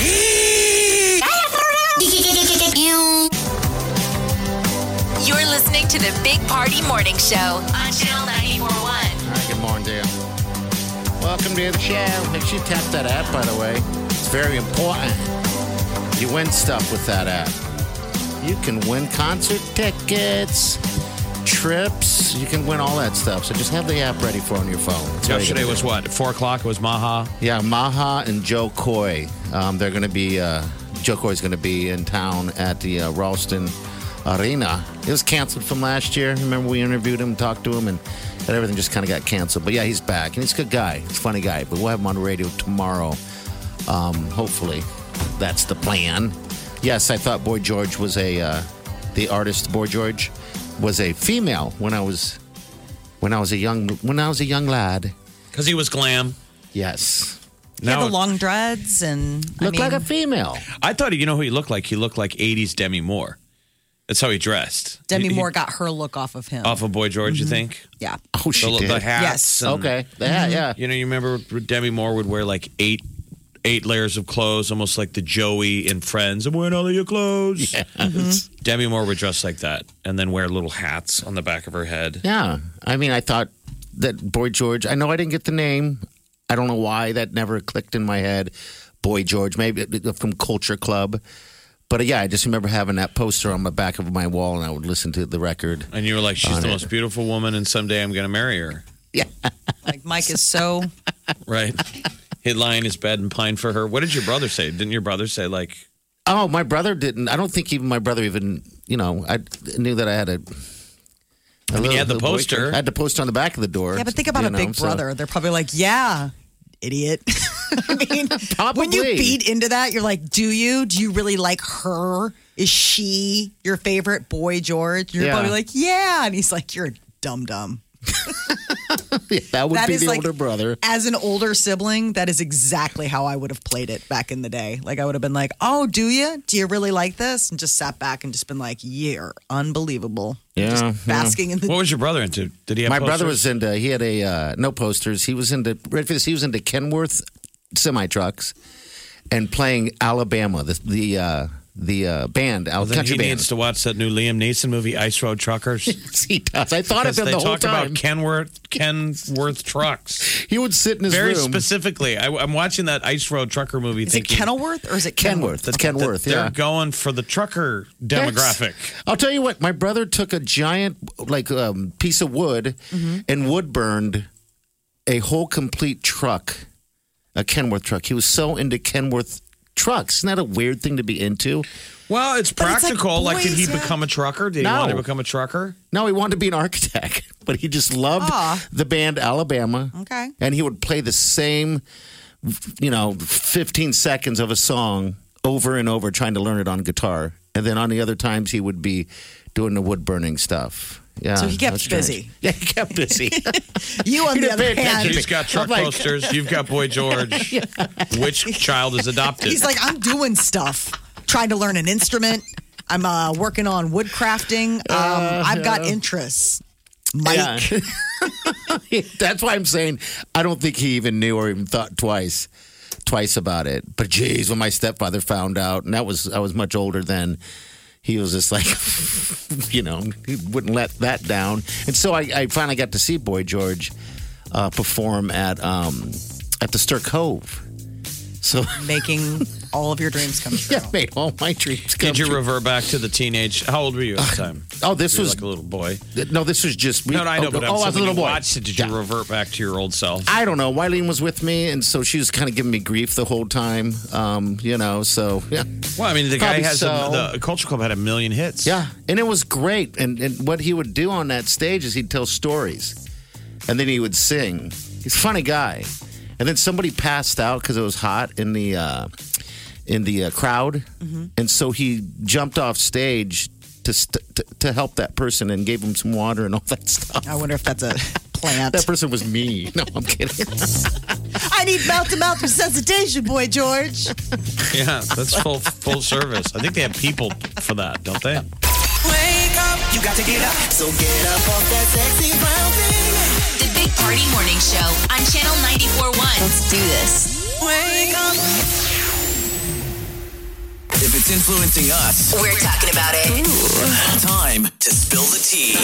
Speaker 3: You're listening to the Big Party Morning Show on Channel 94.1.
Speaker 1: All right, good morning, dear. Welcome to the show. Make sure you tap that app, by the way. It's very important. You win stuff with that app. You can win concert tickets, trips. You can win all that stuff. So just have the app ready for on your phone. That's all you
Speaker 5: Yesterday
Speaker 1: gotta do.
Speaker 5: was what? Four o'clock was Maha.
Speaker 1: Yeah, Maha and Joe Coy. Um, they're going to be, uh, Joe Coy's going to be in town at the uh, Ralston Arena. It was canceled from last year. Remember, we interviewed him, talked to him, and, and everything just kind of got canceled. But yeah, he's back, and he's a good guy. He's a funny guy. But we'll have him on the radio tomorrow. Um, hopefully, that's the plan. Yes, I thought Boy George was a, uh, the artist Boy George was a female when I was. When I was a young when I was a young lad,
Speaker 5: Because he was glam.
Speaker 1: yes,
Speaker 4: They had
Speaker 5: Now-
Speaker 4: the long dreads, and
Speaker 1: looked
Speaker 4: I mean,
Speaker 1: like a female.
Speaker 5: I thought, you know who he looked like? He looked like 80s Demi Moore. That's how he dressed.
Speaker 4: Demi
Speaker 5: He- he-
Speaker 4: Moore got her look off of him. Mm-hmm.
Speaker 5: Off of Boy George, you think?
Speaker 4: yeah,
Speaker 1: Oh, she
Speaker 5: the,
Speaker 1: did.
Speaker 5: the hats.
Speaker 4: Yes.
Speaker 5: and-
Speaker 1: Okay. Yeah, yeah.
Speaker 5: You know, you remember Demi Moore would wear like eight eight layers of clothes, almost like the Joey in Friends. I'm wearing all of your clothes. Demi Moore would dress like that and then wear little hats on the back of her head.
Speaker 1: Yeah. I mean, I thought that Boy George, I know I didn't get the name. I don't know why that never clicked in my head. Boy George, maybe it- from Culture Club. But uh, yeah, I just remember having that poster on the back of my wall and I would listen to the record.
Speaker 5: And you were like, she's
Speaker 1: On
Speaker 5: the
Speaker 1: it.
Speaker 5: most beautiful woman, and someday I'm going to marry her.
Speaker 4: like Mike is so.
Speaker 5: Right? He'd lie in his bed and pine for her. What did your brother say? Didn't your brother say, like,
Speaker 1: Oh, my brother didn't. I don't think even my brother even, you know, I knew that I had a
Speaker 5: I mean, you had the
Speaker 1: boy-
Speaker 5: poster.
Speaker 1: I had the poster on the back of the door.
Speaker 4: Yeah, but think about
Speaker 1: you
Speaker 4: a
Speaker 1: know,
Speaker 4: big
Speaker 1: so-
Speaker 4: brother. They're probably like, yeah, idiot. I mean, when you
Speaker 1: Probably.
Speaker 4: beat into that, you're like, do you? Do you really like her? Is she your favorite boy, George? You're
Speaker 1: Yeah.
Speaker 4: probably like, yeah. And he's like, you're a dumb dumb.
Speaker 1: Yeah, that would
Speaker 4: That
Speaker 1: be
Speaker 4: is
Speaker 1: the
Speaker 4: like-
Speaker 1: older brother.
Speaker 4: As an older sibling, that is exactly how I would have played it back in the day. Like, I would have been like, oh, do you? Do you really like this? And just sat back and just been like, yeah, unbelievable.
Speaker 1: Yeah,
Speaker 4: Just
Speaker 1: yeah.
Speaker 4: basking in the.
Speaker 5: What was your brother into? Did he have
Speaker 1: My brother
Speaker 5: posters?
Speaker 1: was into. He had a uh, no posters. He was into Redfist. He was into Kenworth semi trucks and playing Alabama. The the uh, the uh, band, Al
Speaker 5: Then
Speaker 1: country
Speaker 5: he
Speaker 1: band.
Speaker 5: needs to watch that new Liam Neeson movie, Ice Road Truckers.
Speaker 1: he does. I thought
Speaker 5: Because
Speaker 1: of them
Speaker 5: they
Speaker 1: the whole
Speaker 5: talk
Speaker 1: time.
Speaker 5: about Kenworth, Kenworth trucks
Speaker 1: he would sit in his
Speaker 5: very
Speaker 1: room.
Speaker 5: specifically. I, I'm watching that Ice Road Trucker movie.
Speaker 4: is it
Speaker 5: thinking
Speaker 4: Kenilworth or is it
Speaker 1: Kenworth. That's
Speaker 5: that
Speaker 1: Kenworth.
Speaker 5: They're
Speaker 1: yeah.
Speaker 5: going for the trucker demographic.
Speaker 1: Yes. I'll tell you what, my brother took a giant like um, piece of wood
Speaker 5: Mm-hmm.
Speaker 1: and wood burned a whole complete truck, a Kenworth truck. He was so into Kenworth trucks. Isn't that a weird thing to be into?
Speaker 5: Well, it's
Speaker 4: But it's like
Speaker 5: practical. like, did he
Speaker 4: boys, yeah.
Speaker 5: become a trucker? Did he
Speaker 1: No.
Speaker 5: want to become a trucker?
Speaker 1: No, he wanted to be an architect, but he just loved
Speaker 4: Aw.
Speaker 1: the band Alabama.
Speaker 4: Okay.
Speaker 1: And he would play the same, you know, 15 seconds of a song over and over, trying to learn it on guitar. And then on the other times, he would be doing the wood burning stuff. Yeah.
Speaker 4: So he kept
Speaker 1: that's strange.
Speaker 4: busy.
Speaker 1: Yeah, he kept busy.
Speaker 4: You on
Speaker 1: He
Speaker 4: the
Speaker 1: didn't
Speaker 4: other
Speaker 1: pay
Speaker 4: hand.
Speaker 1: attention.
Speaker 5: He's got truck
Speaker 1: I'm like-
Speaker 5: posters. You've got Boy George. Which child is adopted?
Speaker 4: He's like, I'm doing stuff, trying to learn an instrument. I'm uh, working on wood crafting. Um,
Speaker 1: Uh,
Speaker 4: I've got interests. Mike,
Speaker 1: Yeah. That's why I'm saying I don't think he even knew or even thought twice twice about it. But geez, when my stepfather found out, and that was I was much older then, he was just like, you know, he wouldn't let that down. And so I, I finally got to see Boy George uh, perform at um, at the Stir Cove. So
Speaker 4: making all of your dreams come true.
Speaker 1: yeah, made all my dreams come
Speaker 5: did you
Speaker 1: true.
Speaker 5: revert back to the teenage? How old were you at the time?
Speaker 1: oh, this
Speaker 5: You were
Speaker 1: was
Speaker 5: like a little boy.
Speaker 1: no, this was just we-
Speaker 5: No, no, I know,
Speaker 1: oh,
Speaker 5: but I'm
Speaker 1: oh, I
Speaker 5: saying
Speaker 1: was a
Speaker 5: when
Speaker 1: little
Speaker 5: you
Speaker 1: boy.
Speaker 5: watched it, did you
Speaker 1: Yeah.
Speaker 5: revert back to your old self?
Speaker 1: I don't know. Wileen was with me, and so she was kind of giving me grief the whole time. Um, you know, so yeah,
Speaker 5: Well, I mean, the guy
Speaker 1: Probably
Speaker 5: has
Speaker 1: so.
Speaker 5: a, the Culture Club had a million hits.
Speaker 1: yeah, and it was great. And and what he would do on that stage is he'd tell stories, and then he would sing. He's a funny guy. And then somebody passed out because it was hot in the uh, in the uh, crowd,
Speaker 4: Mm-hmm.
Speaker 1: and so he jumped off stage to, st- to to help that person and gave him some water and all that stuff.
Speaker 4: I wonder if that's a plant.
Speaker 1: That person was me. No, I'm kidding.
Speaker 4: I need mouth to mouth resuscitation, boy George.
Speaker 5: yeah, that's full full service. I think they have people for that, don't they?
Speaker 2: Wake up. You got to get up. So get up off that sexy brown thing.
Speaker 3: The Big Party Morning Show on Channel 94.1. Let's do this.
Speaker 2: Wake up. If it's influencing us,
Speaker 3: We're talking about it.
Speaker 2: time to spill the tea.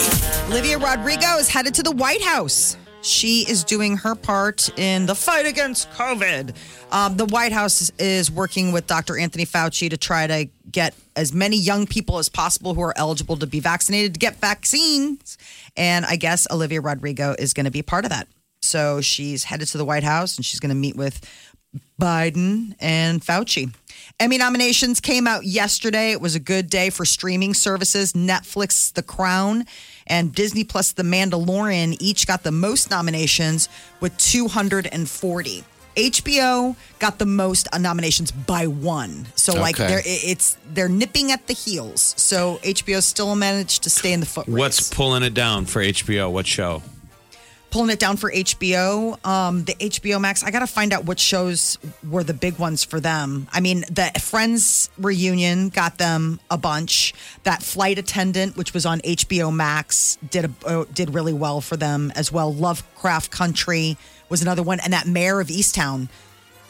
Speaker 4: Olivia Rodrigo is headed to the White House. She is doing her part in the fight against COVID. Um, the White House is working with Dr. Anthony Fauci to try to get as many young people as possible who are eligible to be vaccinated to get vaccines. And I guess Olivia Rodrigo is going to be part of that. So she's headed to the White House and she's going to meet with Biden and Fauci. Emmy nominations came out yesterday. It was a good day for streaming services. Netflix, The Crown, and Disney Plus The Mandalorian each got the most nominations with 240. HBO got the most nominations by one. So like
Speaker 1: Okay.
Speaker 4: they're it- it's they're nipping at the heels. So HBO still managed to stay in the foot.
Speaker 5: What's
Speaker 4: race
Speaker 5: pulling it down for HBO? What show?
Speaker 4: pulling it down for HBO, um, the HBO Max. I got to find out what shows were the big ones for them. I mean, the Friends reunion got them a bunch. That Flight Attendant, which was on HBO Max, did a, uh, did really well for them as well. Lovecraft Country was another one, and that Mayor of Easttown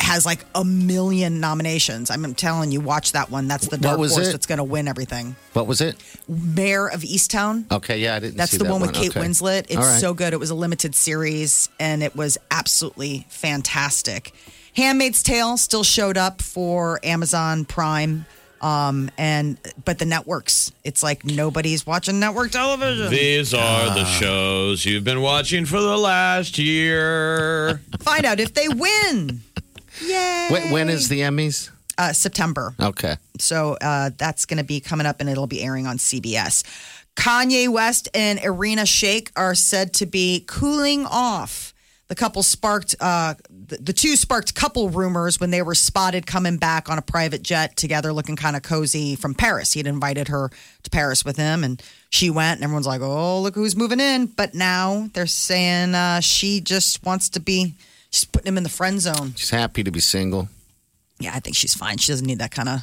Speaker 4: has like a million nominations. I'm telling you, watch that one. That's the dark
Speaker 1: was
Speaker 4: horse
Speaker 1: it?
Speaker 4: that's going to win everything.
Speaker 1: What was it?
Speaker 4: Mayor of Easttown.
Speaker 1: Okay, yeah, I didn't.
Speaker 4: That's
Speaker 1: see
Speaker 4: the
Speaker 1: that
Speaker 4: one with Kate
Speaker 1: Okay.
Speaker 4: Winslet. It's
Speaker 1: All right.
Speaker 4: so good. It was a limited series and it was absolutely fantastic. Handmaid's Tale still showed up for Amazon Prime. Um, and but the networks, it's like nobody's watching network television.
Speaker 5: These are the
Speaker 1: Ah.
Speaker 5: shows you've been watching for the last year.
Speaker 4: Find out if they win. Yay!
Speaker 1: Wh- when is the Emmys?
Speaker 4: uh, September?
Speaker 1: Okay.
Speaker 4: So uh, that's going to be coming up and it'll be airing on CBS. Kanye West and Irina Shayk are said to be cooling off. The couple sparked uh, the, the two sparked couple rumors when they were spotted coming back on a private jet together, looking kind of cozy from Paris. He'd invited her to Paris with him, and she went. And everyone's like, "Oh, look who's moving in!" But now they're saying uh, she just wants to be. She's putting him in the friend zone.
Speaker 1: She's happy to be single.
Speaker 4: Yeah, I think she's fine. She doesn't need that kind of.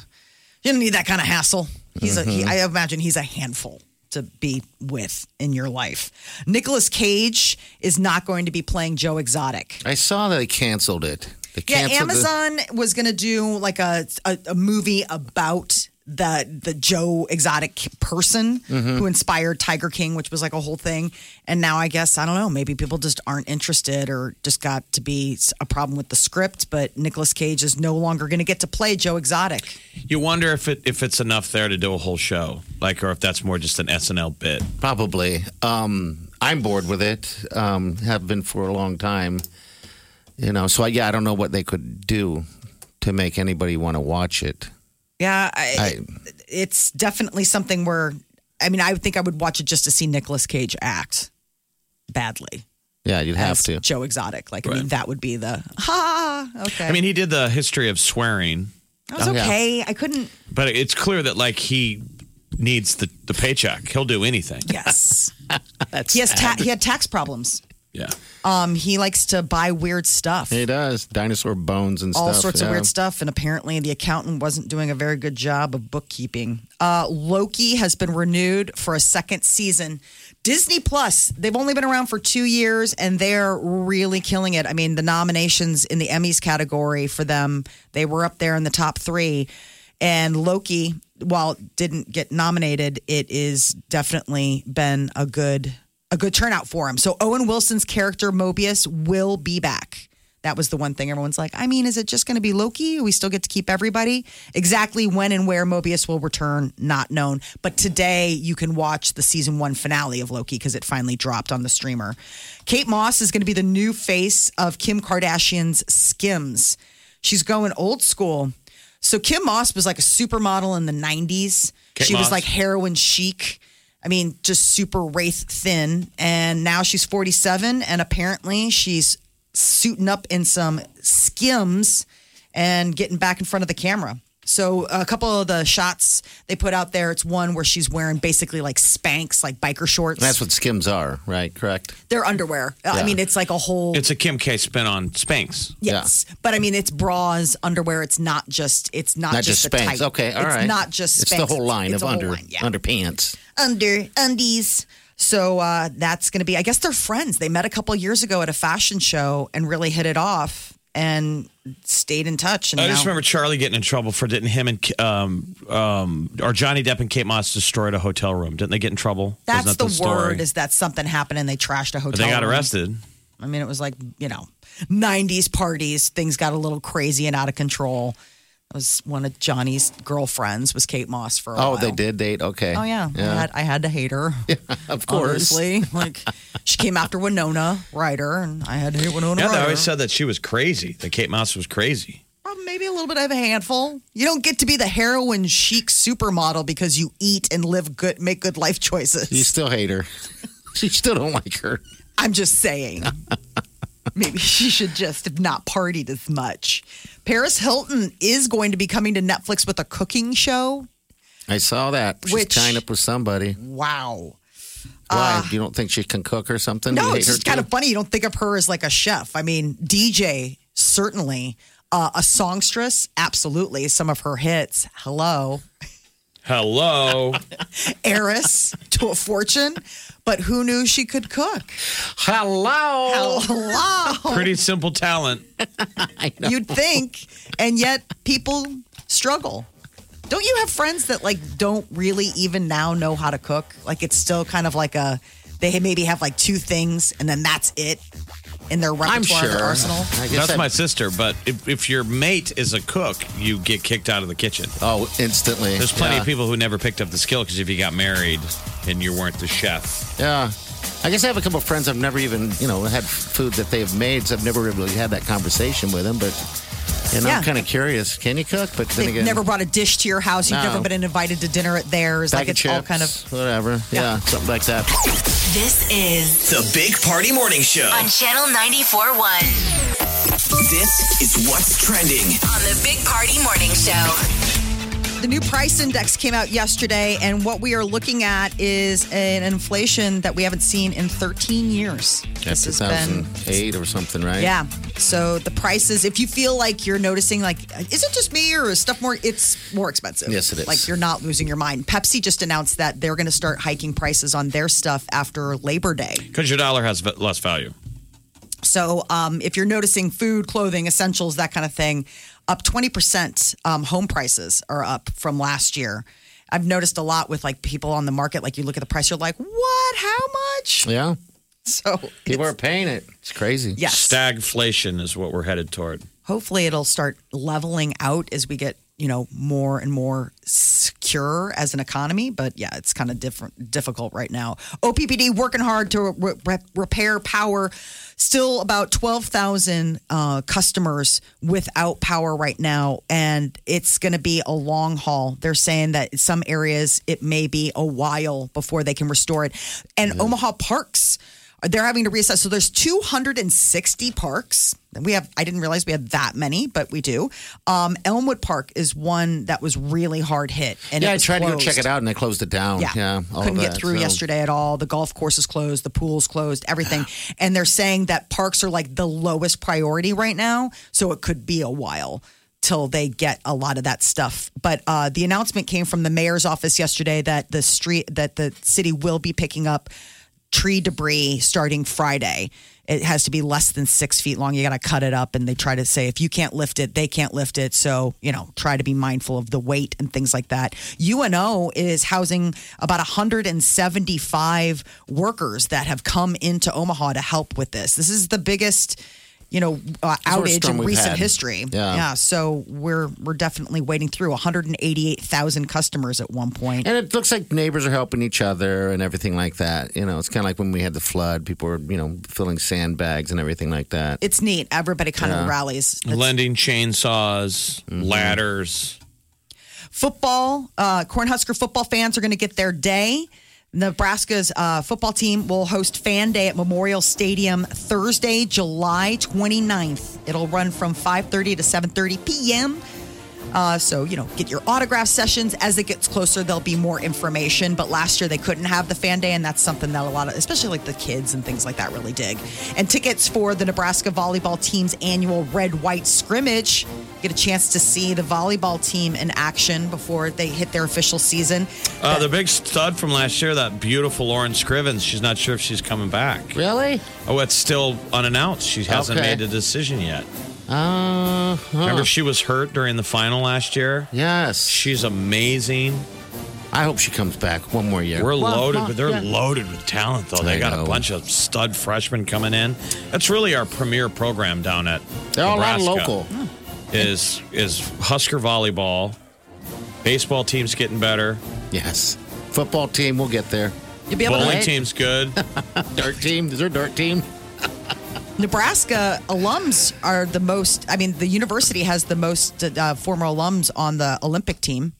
Speaker 4: She doesn't need that kind of hassle. He's a.
Speaker 1: Mm-hmm.
Speaker 4: He, I imagine he's a handful to be with in your life. Nicolas Cage is not going to be playing Joe Exotic.
Speaker 1: I saw that they canceled it. They
Speaker 4: Yeah,
Speaker 1: canceled the-
Speaker 4: Amazon was going to do like a, a a movie about the the Joe Exotic person
Speaker 1: Mm-hmm.
Speaker 4: who inspired Tiger King, which was like a whole thing. And now I guess I don't know. Maybe people just aren't interested, or just got to be a problem with the script. But Nicolas Cage is no longer going to get to play Joe Exotic.
Speaker 5: You wonder if it if it's enough there to do a whole show, like, or if that's more just an SNL bit.
Speaker 1: Probably. Um, I'm bored with it. Um, have been for a long time. You know, so I, yeah, I don't know what they could do to make anybody want to watch it.
Speaker 4: Yeah, I,
Speaker 1: I,
Speaker 4: it's definitely something where I mean, I would think I would watch it just to see Nicolas Cage act badly.
Speaker 1: yeah, you'd have
Speaker 4: as
Speaker 1: to.
Speaker 4: Joe Exotic. Like, I mean,
Speaker 5: Right.
Speaker 4: that would be the ha. Okay.
Speaker 5: I mean, he did the history of swearing,
Speaker 4: I was
Speaker 1: Oh, yeah.
Speaker 4: okay. I couldn't.
Speaker 5: but it's clear that like he needs the the paycheck. He'll do anything.
Speaker 4: Yes. he has ta- he had tax problems.
Speaker 5: Yeah.
Speaker 4: Um, he likes to buy weird stuff,
Speaker 1: He does dinosaur bones and
Speaker 4: all
Speaker 1: stuff.
Speaker 4: sorts of
Speaker 1: yeah.
Speaker 4: weird stuff, and apparently the accountant wasn't doing a very good job of bookkeeping. Uh, Loki has been renewed for a second season. Disney Plus, they've only been around for two years, and they're really killing it. I mean, the nominations in the Emmys category for them, they were up there in the top three. And Loki, while it didn't get nominated, it is definitely been a good a good turnout for him. So Owen Wilson's character Mobius will be back. That was the one thing everyone's like, I mean, is it just going to be Loki? We still get to keep everybody? Exactly when and where Mobius will return, not known. But today you can watch the season one finale of Loki because it finally dropped on the streamer. Kate Moss is going to be the new face of Kim Kardashian's Skims. She's going old school. So Kim Moss was like a supermodel in the 90s.
Speaker 5: Kate
Speaker 4: she was
Speaker 5: Moss.
Speaker 4: like heroin chic. I mean, just super wraith thin. And now she's 47, and apparently she's suiting up in some skims and getting back in front of the camera. So a couple of the shots they put out there, it's one where she's wearing basically like Spanx, like biker shorts.
Speaker 1: That's what skims are, right? Correct.
Speaker 4: They're underwear. I
Speaker 1: Yeah.
Speaker 4: mean, it's like a whole.
Speaker 5: It's a Kim K spin on Spanx.
Speaker 4: Yes, but I mean it's bras, underwear. It's not just it's not,
Speaker 1: Not just,
Speaker 4: just, the
Speaker 1: spanks.
Speaker 4: tight.
Speaker 1: Okay, all
Speaker 4: it's
Speaker 1: right.
Speaker 4: not just
Speaker 1: It's
Speaker 4: Spanx.
Speaker 1: the whole line of
Speaker 4: It's a whole
Speaker 1: under
Speaker 4: line, yeah.
Speaker 1: underpants.
Speaker 4: under undies. So uh, that's going to be. I guess they're friends. They met a couple years ago at a fashion show and really hit it off and stayed in touch. And
Speaker 5: I
Speaker 4: now-
Speaker 5: just remember Charlie getting in trouble for didn't him and um um or Johnny Depp and Kate Moss destroyed a hotel room? Didn't they get in trouble?
Speaker 4: that's
Speaker 5: Wasn't
Speaker 4: the,
Speaker 5: that story?
Speaker 4: word is that something happened and they trashed a
Speaker 5: But
Speaker 4: hotel.
Speaker 5: they got
Speaker 4: room.
Speaker 5: arrested.
Speaker 4: I mean, it was like you know, '90s parties. Things got a little crazy and out of control. That was one of Johnny's girlfriends was Kate Moss for a
Speaker 1: Oh,
Speaker 4: while.
Speaker 1: they did date. Okay.
Speaker 4: Oh yeah, I, had, I had to hate her.
Speaker 1: of course.
Speaker 4: Honestly, like she came after Winona Ryder, and I had to hate Winona
Speaker 5: Yeah,
Speaker 4: Ryder.
Speaker 5: they always said that she was crazy. That Kate Moss was crazy.
Speaker 4: Well, maybe a little bit of a handful. You don't get to be the heroin chic supermodel because you eat and live good, make good life
Speaker 1: You
Speaker 4: choices.
Speaker 1: still hate her. you still don't like her.
Speaker 4: I'm just saying. Maybe she should just have not partied as much. Paris Hilton is going to be coming to Netflix with a cooking show.
Speaker 1: I saw that. She's
Speaker 4: Which-
Speaker 1: tying up with somebody.
Speaker 4: Wow. Uh,
Speaker 1: Why? you don't think she can cook or something? You
Speaker 4: No,
Speaker 1: hate
Speaker 4: it's
Speaker 1: her
Speaker 4: just kind
Speaker 1: too?
Speaker 4: of funny. You don't think of her as like a chef. I mean, DJ, certainly. Uh, a songstress, absolutely. Some of her hits, hello.
Speaker 5: Hello.
Speaker 4: Heiress to a fortune, but who knew she could cook?
Speaker 1: Hello.
Speaker 4: Hello.
Speaker 5: Pretty simple talent.
Speaker 4: You'd think. And yet people struggle. Don't you have friends that like don't really even now know how to cook? Like it's still kind of like a they maybe have like two things and then that's it in their repertoire
Speaker 1: I'm
Speaker 4: their
Speaker 1: sure.
Speaker 4: arsenal.
Speaker 1: I guess
Speaker 5: That's
Speaker 1: that-
Speaker 5: my sister, but if, if your mate is a cook, you get kicked out of the kitchen.
Speaker 1: Oh, instantly.
Speaker 5: There's plenty
Speaker 1: yeah.
Speaker 5: of people who never picked up the skill because if you got married and you weren't the chef,
Speaker 1: Yeah. I guess I have a couple of friends I've never even, you know, had food that they've made, so I've never really had that conversation with them, but And
Speaker 4: Yeah.
Speaker 1: I'm kind of curious. Can you cook? But then
Speaker 4: They've
Speaker 1: again,
Speaker 4: never brought a dish to your house. You've
Speaker 1: No.
Speaker 4: never been invited to dinner at theirs.
Speaker 1: bag
Speaker 4: like
Speaker 1: of
Speaker 4: it's
Speaker 1: chips,
Speaker 4: all kind of
Speaker 1: whatever. yeah, something like that.
Speaker 3: This is
Speaker 2: The Big Party Morning Show.
Speaker 3: on Channel 94.1
Speaker 2: This is what's trending.
Speaker 3: on the Big Party Morning Show.
Speaker 4: The new price index came out yesterday, and what we are looking at is an inflation that we haven't seen in 13 years.
Speaker 1: Yeah, 2008 or something, right?
Speaker 4: yeah. So the prices, if you feel like you're noticing, like, is it just me or is stuff more? It's more expensive.
Speaker 1: Yes, it is.
Speaker 4: Like you're not losing your mind. Pepsi just announced that they're going to start hiking prices on their stuff after Labor Day.
Speaker 5: Because your dollar has v- less value.
Speaker 4: So um, if you're noticing food, clothing, essentials, that kind of thing, up 20%, um, home prices are up from last year. I've noticed a lot with like people on the market, like you look at the price, you're like, what? How much?
Speaker 1: Yeah.
Speaker 4: So
Speaker 1: People are paying it. It's crazy.
Speaker 4: yes,
Speaker 5: Stagflation is what we're headed toward.
Speaker 4: hopefully it'll start leveling out as we get, you know, more and more secure as an economy. But yeah, it's kind of different, difficult right now. OPPD working hard to re- re- repair power. Still about 12,000 uh, customers without power right now. And it's going to be a long haul. They're saying that in some areas it may be a while before they can restore it. And Omaha Parks they're having to reassess. So there's 260 parks. We have. I didn't realize we had that many, but we do. Um, Elmwood Park is one that was really hard hit, and
Speaker 1: Yeah,
Speaker 4: it
Speaker 1: I
Speaker 4: was
Speaker 1: tried to go
Speaker 4: closed.
Speaker 1: check it out and they closed it down.
Speaker 4: Yeah,
Speaker 1: Yeah. all
Speaker 4: couldn't
Speaker 1: of
Speaker 4: get
Speaker 1: that,
Speaker 4: through
Speaker 1: so-
Speaker 4: yesterday at all. The golf course is closed. The pool's closed. Everything, and they're saying that parks are like the lowest priority right now. So it could be a while till they get a lot of that stuff. But uh, the announcement came from the mayor's office yesterday that the street that the city will be picking up tree debris starting Friday. It has to be less than six feet long. You got to cut it up. And they try to say if you can't lift it, they can't lift it. So, you know, try to be mindful of the weight and things like that. UNO is housing about 175 workers that have come into Omaha to help with this. This is the biggest. You know, uh,
Speaker 1: worst
Speaker 4: outage
Speaker 1: storm
Speaker 4: in
Speaker 1: we've
Speaker 4: recent
Speaker 1: had.
Speaker 4: history.
Speaker 1: Yeah.
Speaker 4: so we're we're definitely wading through 188,000 customers at one point.
Speaker 1: And it looks like neighbors are helping each other and everything like that. You know, it's kind of like when we had the flood, people were, you know, filling sandbags and everything like that.
Speaker 4: It's neat. Everybody kind of rallies. It's
Speaker 5: Lending chainsaws,
Speaker 1: Mm-hmm.
Speaker 5: ladders.
Speaker 4: football, uh, Cornhusker football fans are going to get their day. Nebraska's uh, football team will host Fan Day at Memorial Stadium Thursday, July 29th. It'll run from 5:30 to 7:30 p.m. Uh, so you know, get your autograph sessions. As it gets closer, there'll be more information. But last year they couldn't have the fan day, and that's something that a lot of, especially like the kids and things like that, really dig. And tickets for the Nebraska volleyball team's annual red-white scrimmage. Get a chance to see the volleyball team in action before they hit their official season.
Speaker 5: Uh, the big stud from last year, that beautiful Lauren Scrivens, she's not sure if she's coming back.
Speaker 1: Really?
Speaker 5: Oh, it's still unannounced. She hasn't
Speaker 1: Okay.
Speaker 5: made a decision yet.
Speaker 1: Uh,
Speaker 5: Remember,
Speaker 1: huh.
Speaker 5: she was hurt during the final last year?
Speaker 1: Yes.
Speaker 5: She's amazing.
Speaker 1: I hope she comes back one more year.
Speaker 5: We're
Speaker 1: Well,
Speaker 5: loaded,
Speaker 1: huh,
Speaker 5: but they're
Speaker 1: yeah.
Speaker 5: loaded with talent, though. They
Speaker 1: I
Speaker 5: got a
Speaker 1: know.
Speaker 5: bunch of stud freshmen coming in. That's really our premier program down at.
Speaker 1: They're all around
Speaker 5: Nebraska
Speaker 1: local.
Speaker 5: Is is Husker volleyball, baseball team's getting better,
Speaker 1: Yes. Football team, we'll get there.
Speaker 4: You'll be able
Speaker 5: bowling
Speaker 4: to.
Speaker 5: team's good.
Speaker 1: Dirt team, is there a dirt team?
Speaker 4: Nebraska alums are the most. I mean, the university has the most uh, former alums on the Olympic team,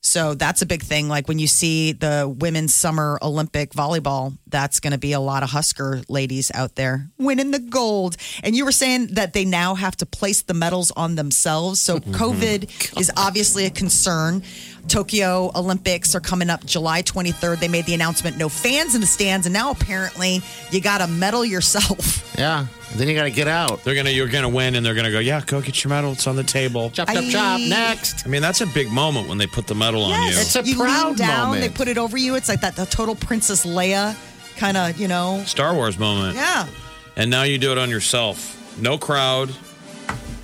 Speaker 4: so that's a big thing. Like when you see the women's summer Olympic volleyball, that's going to be a lot of Husker ladies out there winning the gold. And you were saying that they now have to place the medals on themselves. So COVID is obviously a concern. Tokyo Olympics are coming up July 23rd. They made the announcement: no fans in the stands, and now apparently you got to medal yourself.
Speaker 1: Yeah. Then you got to get out.
Speaker 5: They're gonna you're gonna win, and they're gonna go. Yeah, go get your medal. It's on the table.
Speaker 1: Chop, chop, chop.
Speaker 4: I-
Speaker 1: Next.
Speaker 5: I mean, that's a big moment when they put the medal on you.
Speaker 1: It's a
Speaker 4: you lean
Speaker 1: proud
Speaker 4: down,
Speaker 1: moment.
Speaker 4: They put it over you. It's like that the total Princess Leia kind of, you know.
Speaker 5: Star Wars moment.
Speaker 4: Yeah.
Speaker 5: And now you do it on yourself. No crowd.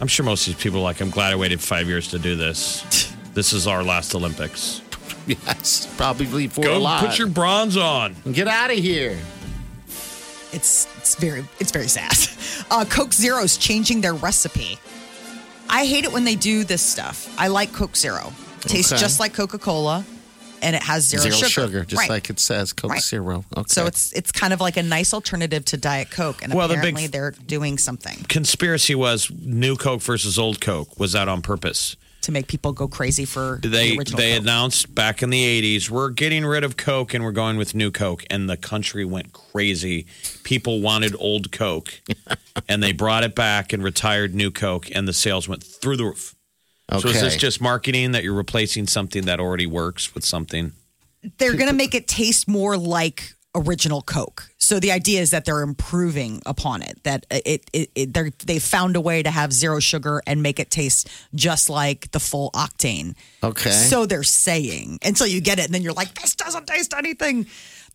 Speaker 5: I'm sure most of these people are like, I'm glad I waited five years to do this. This is our last Olympics.
Speaker 1: Yes. Probably for
Speaker 5: Go
Speaker 1: a lot.
Speaker 5: put your bronze on.
Speaker 1: Get out of here.
Speaker 4: It's it's very it's very sad. Uh, Coke Zero's changing their recipe. I hate it when they do this stuff. I like Coke Zero. Tastes
Speaker 1: Okay.
Speaker 4: just like Coca Cola. and it has zero,
Speaker 1: Zero sugar, just
Speaker 4: Right.
Speaker 1: like it says Coke
Speaker 4: Right.
Speaker 1: Zero. Okay.
Speaker 4: So it's it's kind of like a nice alternative to Diet Coke, and
Speaker 5: Well, the big-
Speaker 4: apparently they're doing something
Speaker 5: Conspiracy was new Coke versus old Coke. Was that on purpose?
Speaker 4: to make people go crazy for
Speaker 5: They
Speaker 4: the original.
Speaker 5: they
Speaker 4: Coke.
Speaker 5: announced back in the 80s, we're getting rid of Coke and we're going with new Coke and the country went crazy. People wanted old Coke and they brought it back and retired new Coke and the sales went through the roof. So is this
Speaker 1: Okay.
Speaker 5: just marketing that you're replacing something that already works with something?
Speaker 4: they're going to make it taste more like original Coke. So the idea is that they're improving upon it. That it, it, it they they found a way to have zero sugar and make it taste just like the full octane.
Speaker 1: Okay.
Speaker 4: So they're saying until you get it, and then you're like, this doesn't taste anything.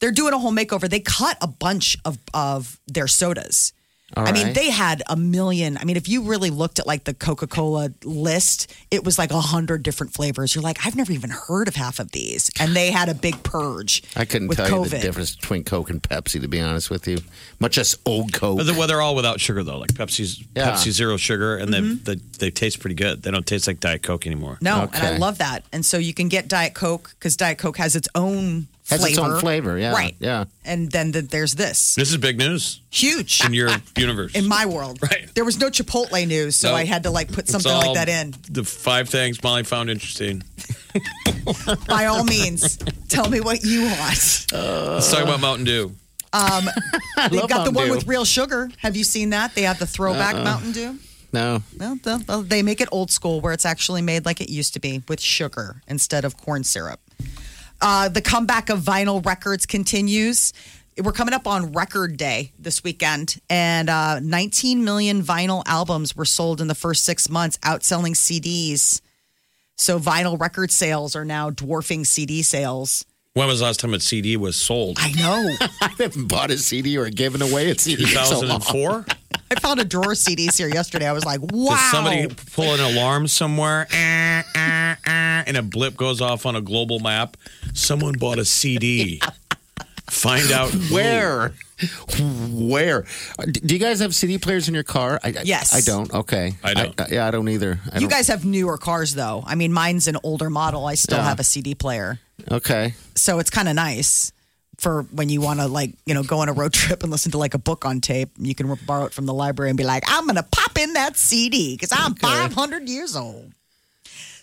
Speaker 4: They're doing a whole makeover. They cut a bunch of of their sodas.
Speaker 1: All
Speaker 4: I mean,
Speaker 1: right.
Speaker 4: they had a million. I mean, if you really looked at like the Coca Cola list, it was like a hundred different flavors. You're like, I've never even heard of half of these. And they had a big purge.
Speaker 1: I couldn't
Speaker 4: with
Speaker 1: tell you
Speaker 4: COVID.
Speaker 1: the difference between Coke and Pepsi, to be honest with you. Much less old Coke.
Speaker 5: But the- well, they're all without sugar though. Like Pepsi's
Speaker 1: Yeah.
Speaker 5: Pepsi zero sugar, and they, they they taste pretty good. They don't taste like Diet Coke anymore.
Speaker 4: Mm-hmm. No, and I
Speaker 1: Okay.
Speaker 4: love that. And so you can get Diet Coke because Diet Coke has its own
Speaker 1: Has
Speaker 4: flavor.
Speaker 1: its own flavor, yeah,
Speaker 4: Right.
Speaker 1: yeah.
Speaker 4: And then the, there's this
Speaker 5: This is big news
Speaker 4: huge
Speaker 5: in your universe.
Speaker 4: in my world.
Speaker 5: Right.
Speaker 4: There was no Chipotle news, so
Speaker 5: No.
Speaker 4: I had to like put
Speaker 5: It's
Speaker 4: something
Speaker 5: all
Speaker 4: like that in.
Speaker 5: The five things Molly found interesting.
Speaker 4: By all means, tell me what you want. Um,
Speaker 5: Let's talk about Mountain Dew.
Speaker 4: They've
Speaker 1: love
Speaker 4: got the
Speaker 1: Mountain
Speaker 4: one
Speaker 1: Dew.
Speaker 4: with real sugar. Have you seen that? They have the throwback Mountain Dew.
Speaker 1: no.
Speaker 4: Well, the, well, they make it old school where it's actually made like it used to be with sugar instead of corn syrup. Uh, the comeback of vinyl records continues. We're coming up on record day this weekend, and uh, 19 million vinyl albums were sold in the first six months, outselling CDs. So vinyl record sales are now dwarfing CD sales.
Speaker 5: When was the last time a CD was sold?
Speaker 4: I know.
Speaker 1: I haven't bought a CD or given away a CD. in So long.
Speaker 5: 2004?
Speaker 4: I found a drawer of CDs here yesterday. I was like, wow.
Speaker 5: Did somebody pull an alarm somewhere? Ah, ah, ah, and a blip goes off on a global map. Someone bought a CD. Find out who.
Speaker 1: Where? Where? Uh, d- Do you guys have CD players in your car? I, I-
Speaker 4: Yes.
Speaker 1: I don't. Okay.
Speaker 5: I don't.
Speaker 1: yeah, I don't either. I
Speaker 4: You
Speaker 1: don't-
Speaker 4: guys have newer cars, though. I mean, mine's an older model. I still
Speaker 1: Yeah.
Speaker 4: have a CD player.
Speaker 1: Okay.
Speaker 4: So it's kind of nice for when you want to, like, you know, go on a road trip and listen to, like, a book on tape. You can borrow it from the library and be like, I'm going to pop in that CD because I'm 500 years old.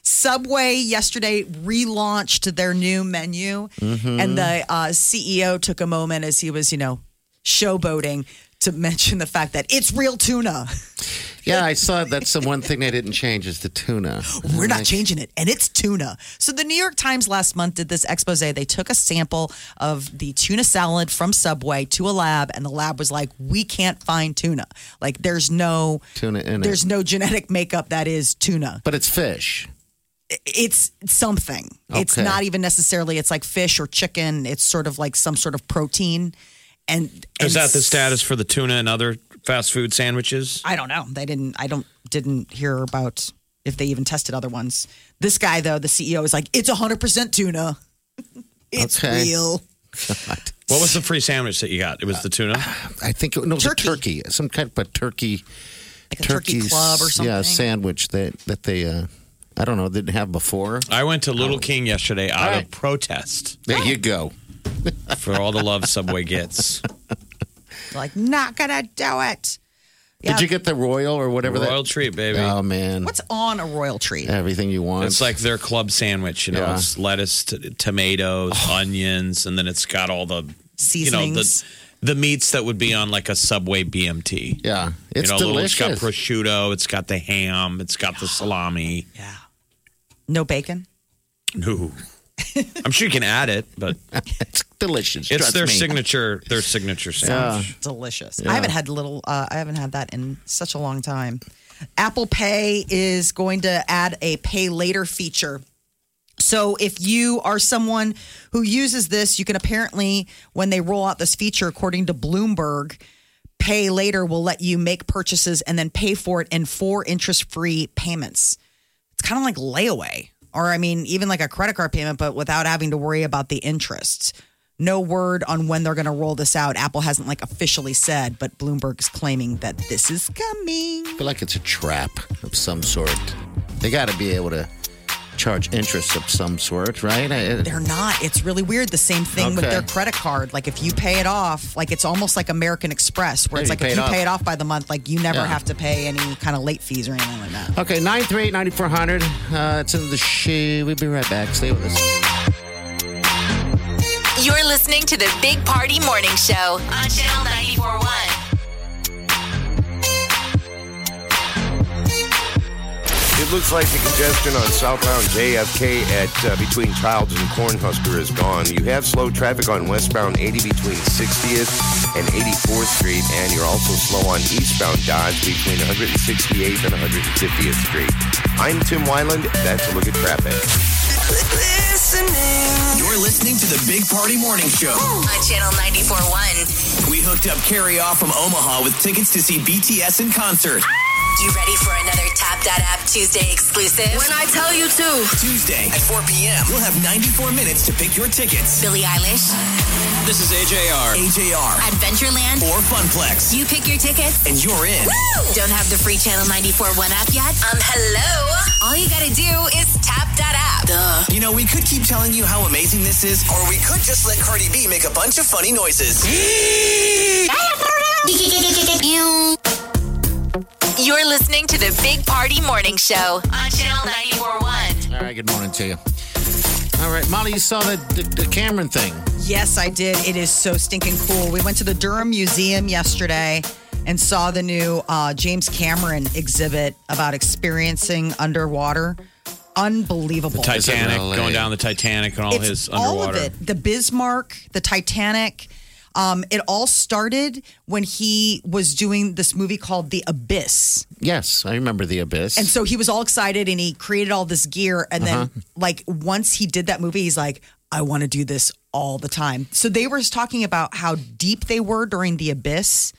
Speaker 4: Subway yesterday relaunched their new menu,
Speaker 1: Mm-hmm.
Speaker 4: and the uh, CEO took a moment as he was, you know, showboating to mention the fact that it's real tuna.
Speaker 1: Yeah, I saw that's the one thing they didn't change is the tuna.
Speaker 4: We're not changing it, and it's tuna. So the New York Times last month did this expose. They took a sample of the tuna salad from Subway to a lab, and the lab was like, "We can't find tuna. Like, there's no
Speaker 1: Tuna in it.
Speaker 4: there's no genetic makeup that is tuna.
Speaker 1: But it's fish.
Speaker 4: It's something. It's
Speaker 1: Okay.
Speaker 4: not even necessarily. It's like fish or chicken. It's sort of like some sort of protein." And,
Speaker 5: Is
Speaker 4: and
Speaker 5: that the status for the tuna and other fast food sandwiches?
Speaker 4: I don't know. They didn't. I don't didn't hear about if they even tested other ones. This guy though, the CEO is like, it's 100 percent tuna. It's
Speaker 1: Okay.
Speaker 4: real.
Speaker 5: What was the free sandwich that you got? It was the tuna.
Speaker 1: I think it, no, it's a turkey.
Speaker 4: Turkey.
Speaker 1: Some kind of a turkey.
Speaker 4: Like a turkey
Speaker 1: turkey's-
Speaker 4: club or something.
Speaker 1: Yeah, sandwich that that they uh, I don't know didn't have before.
Speaker 5: I went to Little King yesterday out of
Speaker 1: right.
Speaker 5: protest
Speaker 1: Oh. There you go.
Speaker 5: for all the love Subway gets.
Speaker 4: like, not gonna do it. Yeah.
Speaker 1: Did you get the royal or whatever?
Speaker 5: Royal
Speaker 1: that?
Speaker 5: treat, baby.
Speaker 1: Oh man,
Speaker 4: What's on a royal treat?
Speaker 1: everything you want?
Speaker 5: It's like their club sandwich, you know.
Speaker 1: Yeah. Oh.
Speaker 5: It's lettuce, t- tomatoes, onions, and then it's got all the you know
Speaker 4: Seasonings.
Speaker 5: the the meats that would be on like a Subway BMT.
Speaker 1: yeah, it's
Speaker 5: you know, little-
Speaker 1: delicious.
Speaker 5: it's got prosciutto, it's got the ham, it's got the salami.
Speaker 4: Yeah. No bacon.
Speaker 5: No, I'm sure you can add it, but
Speaker 1: it's delicious.
Speaker 5: it's
Speaker 1: trust
Speaker 5: their
Speaker 1: me.
Speaker 5: signature their signature sandwich.
Speaker 4: delicious. I haven't had little. Uh, I haven't had that in such a long time. Apple Pay is going to add a pay later feature. So if you are someone who uses this, you can apparently, when they roll out this feature, according to Bloomberg, pay later will let you make purchases and then pay for it in four interest-free payments. It's kind of like layaway, or I mean, even like a credit card payment, but without having to worry about the interest. No word on when they're going to roll this out. Apple hasn't like officially said, but Bloomberg is claiming that this is coming.
Speaker 1: I feel like it's a trap of some sort. They got to be able to charge interest of some sort, right? I-
Speaker 4: They're not. It's really weird. The same thing with
Speaker 1: Okay.
Speaker 4: their credit card. Like if you pay it off, like it's almost like American Express, where
Speaker 1: Yeah,
Speaker 4: it's
Speaker 1: you
Speaker 4: like if
Speaker 1: pay it
Speaker 4: you
Speaker 1: off.
Speaker 4: pay it off by the month, like you never
Speaker 1: Yeah.
Speaker 4: have to pay any kind of late fees or anything like that.
Speaker 1: Okay, 938 9400. Uh, it's in the shoe. We'll be right back. Stay with us.
Speaker 3: You're listening to the Big Party Morning Show on Channel 941.
Speaker 6: It looks like the congestion on southbound JFK at uh, between Childs and Cornhusker is gone. You have slow traffic on westbound 80 between 60th and 84th Street, and you're also slow on eastbound Dodge between 168th and 150th Street. I'm Tim Wyland. That's a look at traffic.
Speaker 2: You're listening to the Big Party Morning Show.
Speaker 3: On Channel 941.
Speaker 2: We hooked up Carrie off from Omaha with tickets to see BTS in concert
Speaker 3: You ready for another Tap That App Tuesday exclusive? When I tell you to.
Speaker 2: Tuesday at 4 p.m. You'll have 94 minutes to pick your tickets.
Speaker 3: Billie Eilish,
Speaker 2: This is AJR, AJR,
Speaker 3: Adventureland,
Speaker 2: or Funplex,
Speaker 3: you pick your tickets.
Speaker 2: and you're in.
Speaker 3: Don't have the free Channel 941 app yet? Um, hello? All you gotta do is tap that app. Duh.
Speaker 2: You know, we could keep telling you how amazing this is, or we could just let Cardi B make a bunch of funny noises.
Speaker 3: You're listening to the Big Party Morning Show on Channel 941.
Speaker 1: All right, good morning to you. All right, Molly, you saw the, the, the Cameron thing.
Speaker 4: Yes, I did. It is so stinking cool. We went to the Durham Museum yesterday and saw the new uh, James Cameron exhibit about experiencing underwater. Unbelievable.
Speaker 5: Titanic,
Speaker 1: really?
Speaker 5: going down the Titanic and all his underwater.
Speaker 4: All of it. The Bismarck, the Titanic. Um, it all started when he was doing this movie called The Abyss.
Speaker 1: Yes, I remember the abyss.
Speaker 4: And so he was all excited and he created all this gear. And then, like, once he did that movie, he's like, I want to do this all the time. So they were talking about how deep they were during The Abyss,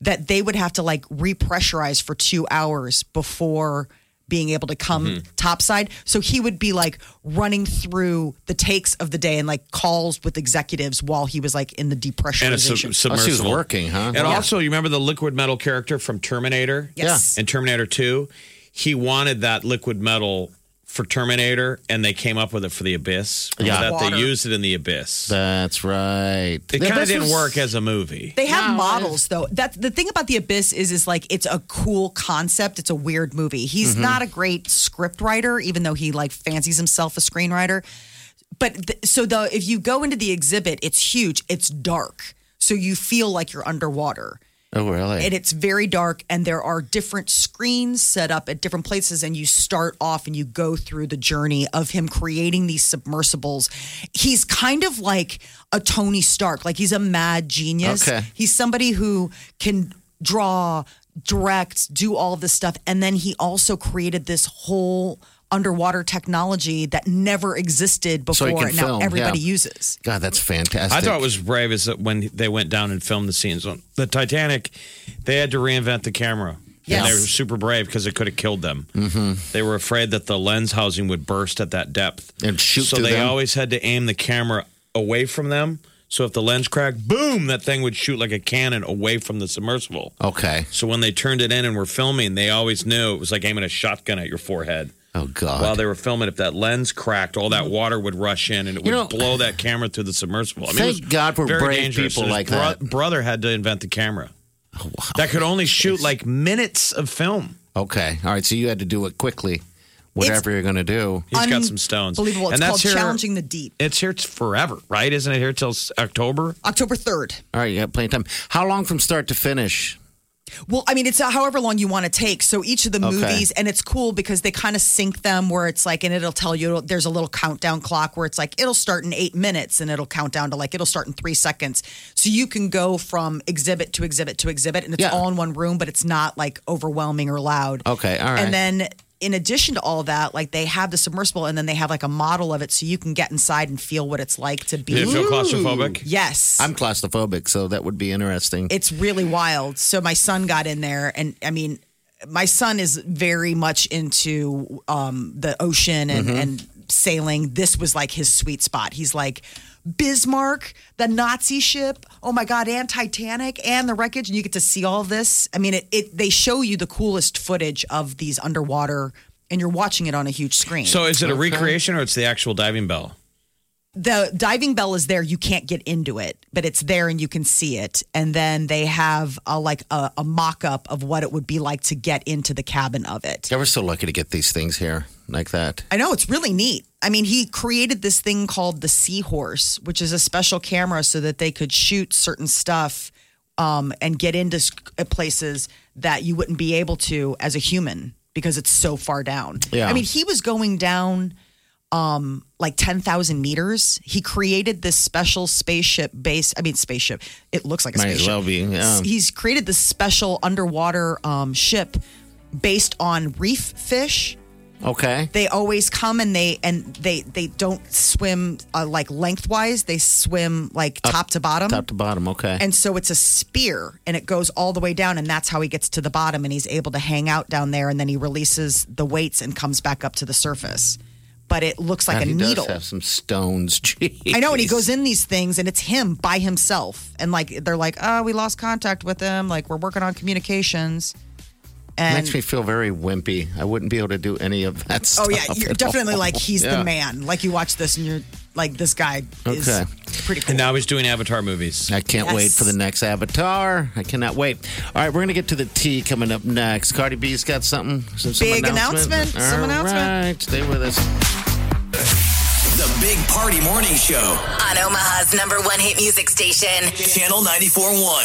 Speaker 4: that they would have to like repressurize for two hours before being able to come topside. So he would be like running through the takes of the day and like calls with executives while he was like in the
Speaker 5: and a sub-
Speaker 4: depressurization.
Speaker 1: Oh, she was
Speaker 5: submersible.
Speaker 1: working, huh?
Speaker 5: And also, you remember the liquid metal character from Terminator?
Speaker 4: Yes.
Speaker 5: In Terminator 2, he wanted that liquid metal for Terminator, and they came up with it for the Abyss. Remember
Speaker 1: Yeah.
Speaker 5: that
Speaker 4: Water.
Speaker 5: they used it in the Abyss.
Speaker 1: That's right.
Speaker 5: it kind of didn't work
Speaker 1: as.
Speaker 5: as a movie.
Speaker 4: They have
Speaker 1: No,
Speaker 4: models though. That the thing about the abyss is is like it's a cool concept. It's a weird movie. He's not a great script writer, even though he like fancies himself a screenwriter. But th- so the if you go into the exhibit, it's huge. It's dark, so you feel like you're underwater.
Speaker 1: Oh, really?
Speaker 4: And it's very dark, and there are different screens set up at different places. And you start off and you go through the journey of him creating these submersibles. He's kind of like a Tony Stark, like he's a mad genius.
Speaker 1: Okay.
Speaker 4: He's somebody who can draw, direct, do all of this stuff. And then he also created this whole underwater technology that never existed
Speaker 1: So he
Speaker 4: before.
Speaker 1: can
Speaker 4: and now
Speaker 1: film,
Speaker 4: everybody
Speaker 1: yeah.
Speaker 4: uses.
Speaker 1: God, that's fantastic.
Speaker 5: I thought it was brave is that when they went down and filmed the scenes on the Titanic, they had to reinvent the camera. And they
Speaker 4: Yes.
Speaker 5: were super brave because it could have killed them. Mm-hmm. They were afraid that the lens housing would burst at that depth
Speaker 1: And shoot
Speaker 5: So
Speaker 1: through
Speaker 5: they
Speaker 1: them?
Speaker 5: always had to aim the camera away from them. So if the lens cracked, boom, that thing would shoot like a cannon away from the submersible.
Speaker 1: Okay.
Speaker 5: So when they turned it in and were filming, they always knew it was like aiming a shotgun at your forehead.
Speaker 1: Oh, God. Mm.
Speaker 5: While they were filming, if that lens cracked, all that water would rush in and it would
Speaker 1: You know-
Speaker 5: blow that camera through the submersible. I mean, it
Speaker 1: Thank
Speaker 5: was
Speaker 1: God we're
Speaker 5: very
Speaker 1: brave
Speaker 5: dangerous. And
Speaker 1: people
Speaker 5: his
Speaker 1: like
Speaker 5: bro-
Speaker 1: that.
Speaker 5: Brother had to invent the camera that could only shoot like minutes of film.
Speaker 1: okay. All right. So you had to do it quickly, whatever you're going to do.
Speaker 5: He's got some stones.
Speaker 4: Unbelievable. It's
Speaker 5: and
Speaker 4: called
Speaker 5: that's here,
Speaker 4: Challenging the Deep.
Speaker 5: It's here forever, right? Isn't it here till s- October?
Speaker 4: October 3rd.
Speaker 1: All right. You got plenty of time. How long from start to finish?
Speaker 4: Well, I mean, it's however long you want to take. So each of the
Speaker 1: Okay.
Speaker 4: movies, and it's cool because they kind of sync them where it's like, and it'll tell you there's a little countdown clock where it's like, it'll start in eight minutes and it'll count down to like, it'll start in three seconds. So you can go from exhibit to exhibit to exhibit, and it's
Speaker 1: Yeah.
Speaker 4: all in one room, but it's not like overwhelming or loud.
Speaker 1: Okay, all right.
Speaker 4: And then in addition to all that, like they have the submersible and then they have like a model of it so you can get inside and feel what it's like to
Speaker 5: Did it
Speaker 4: be.
Speaker 5: feel claustrophobic?
Speaker 4: Yes.
Speaker 1: I'm claustrophobic, so that would be interesting.
Speaker 4: it's really wild. So my son got in there, and I mean, my son is very much into um, the ocean and, and sailing. This was like his sweet spot. He's like Bismarck, the Nazi ship. Oh my God, and Titanic and the wreckage, and you get to see all this. I mean, it, it they show you the coolest footage of these underwater and you're watching it on a huge screen.
Speaker 5: So is it a recreation or it's the actual diving bell?
Speaker 4: the diving bell is there. You can't get into it, but it's there and you can see it. And then they have a, like a, a mock up of what it would be like to get into the cabin of it.
Speaker 1: Yeah, we're so lucky to get these things here like that.
Speaker 4: I know it's really neat. I mean, he created this thing called the Seahorse, which is a special camera so that they could shoot certain stuff um, and get into sc- uh, places that you wouldn't be able to as a human because it's so far down.
Speaker 1: Yeah.
Speaker 4: I mean, he was going down um, like 10,000 meters. He created this special spaceship base. I mean, spaceship. It looks like a
Speaker 1: Might as
Speaker 4: spaceship.
Speaker 1: well be, yeah.
Speaker 4: He's created this special underwater um, ship based on reef fish
Speaker 1: Okay.
Speaker 4: they always come and they and they they don't swim uh, like lengthwise they swim like top to bottom
Speaker 1: Top to bottom. Okay.
Speaker 4: and so it's a spear and it goes all the way down and that's how he gets to the bottom and he's able to hang out down there and then he releases the weights and comes back up to the surface but it looks like
Speaker 1: And
Speaker 4: a
Speaker 1: he
Speaker 4: needle
Speaker 1: does have some stones. Jeez.
Speaker 4: I know, and he goes in these things, and it's him by himself, and like they're like, "Oh, we lost contact with him. Like we're working on communications." And
Speaker 1: Makes me feel very wimpy. I wouldn't be able to do any of that stuff.
Speaker 4: Oh yeah, you're
Speaker 1: at
Speaker 4: definitely
Speaker 1: all.
Speaker 4: like he's
Speaker 1: Yeah.
Speaker 4: the man. Like you watch this and you're like this guy
Speaker 1: Okay.
Speaker 4: is pretty cool.
Speaker 5: And now he's doing Avatar movies.
Speaker 1: I can't wait for the next Avatar. I cannot wait. All right, we're gonna get to the tea coming up next. Cardi B's got something. Some, some
Speaker 4: Big announcement, some
Speaker 1: All
Speaker 4: announcement.
Speaker 1: right, stay with us.
Speaker 2: The Big Party Morning Show,
Speaker 3: On Omaha's number one hit music station.
Speaker 2: Channel 94.1.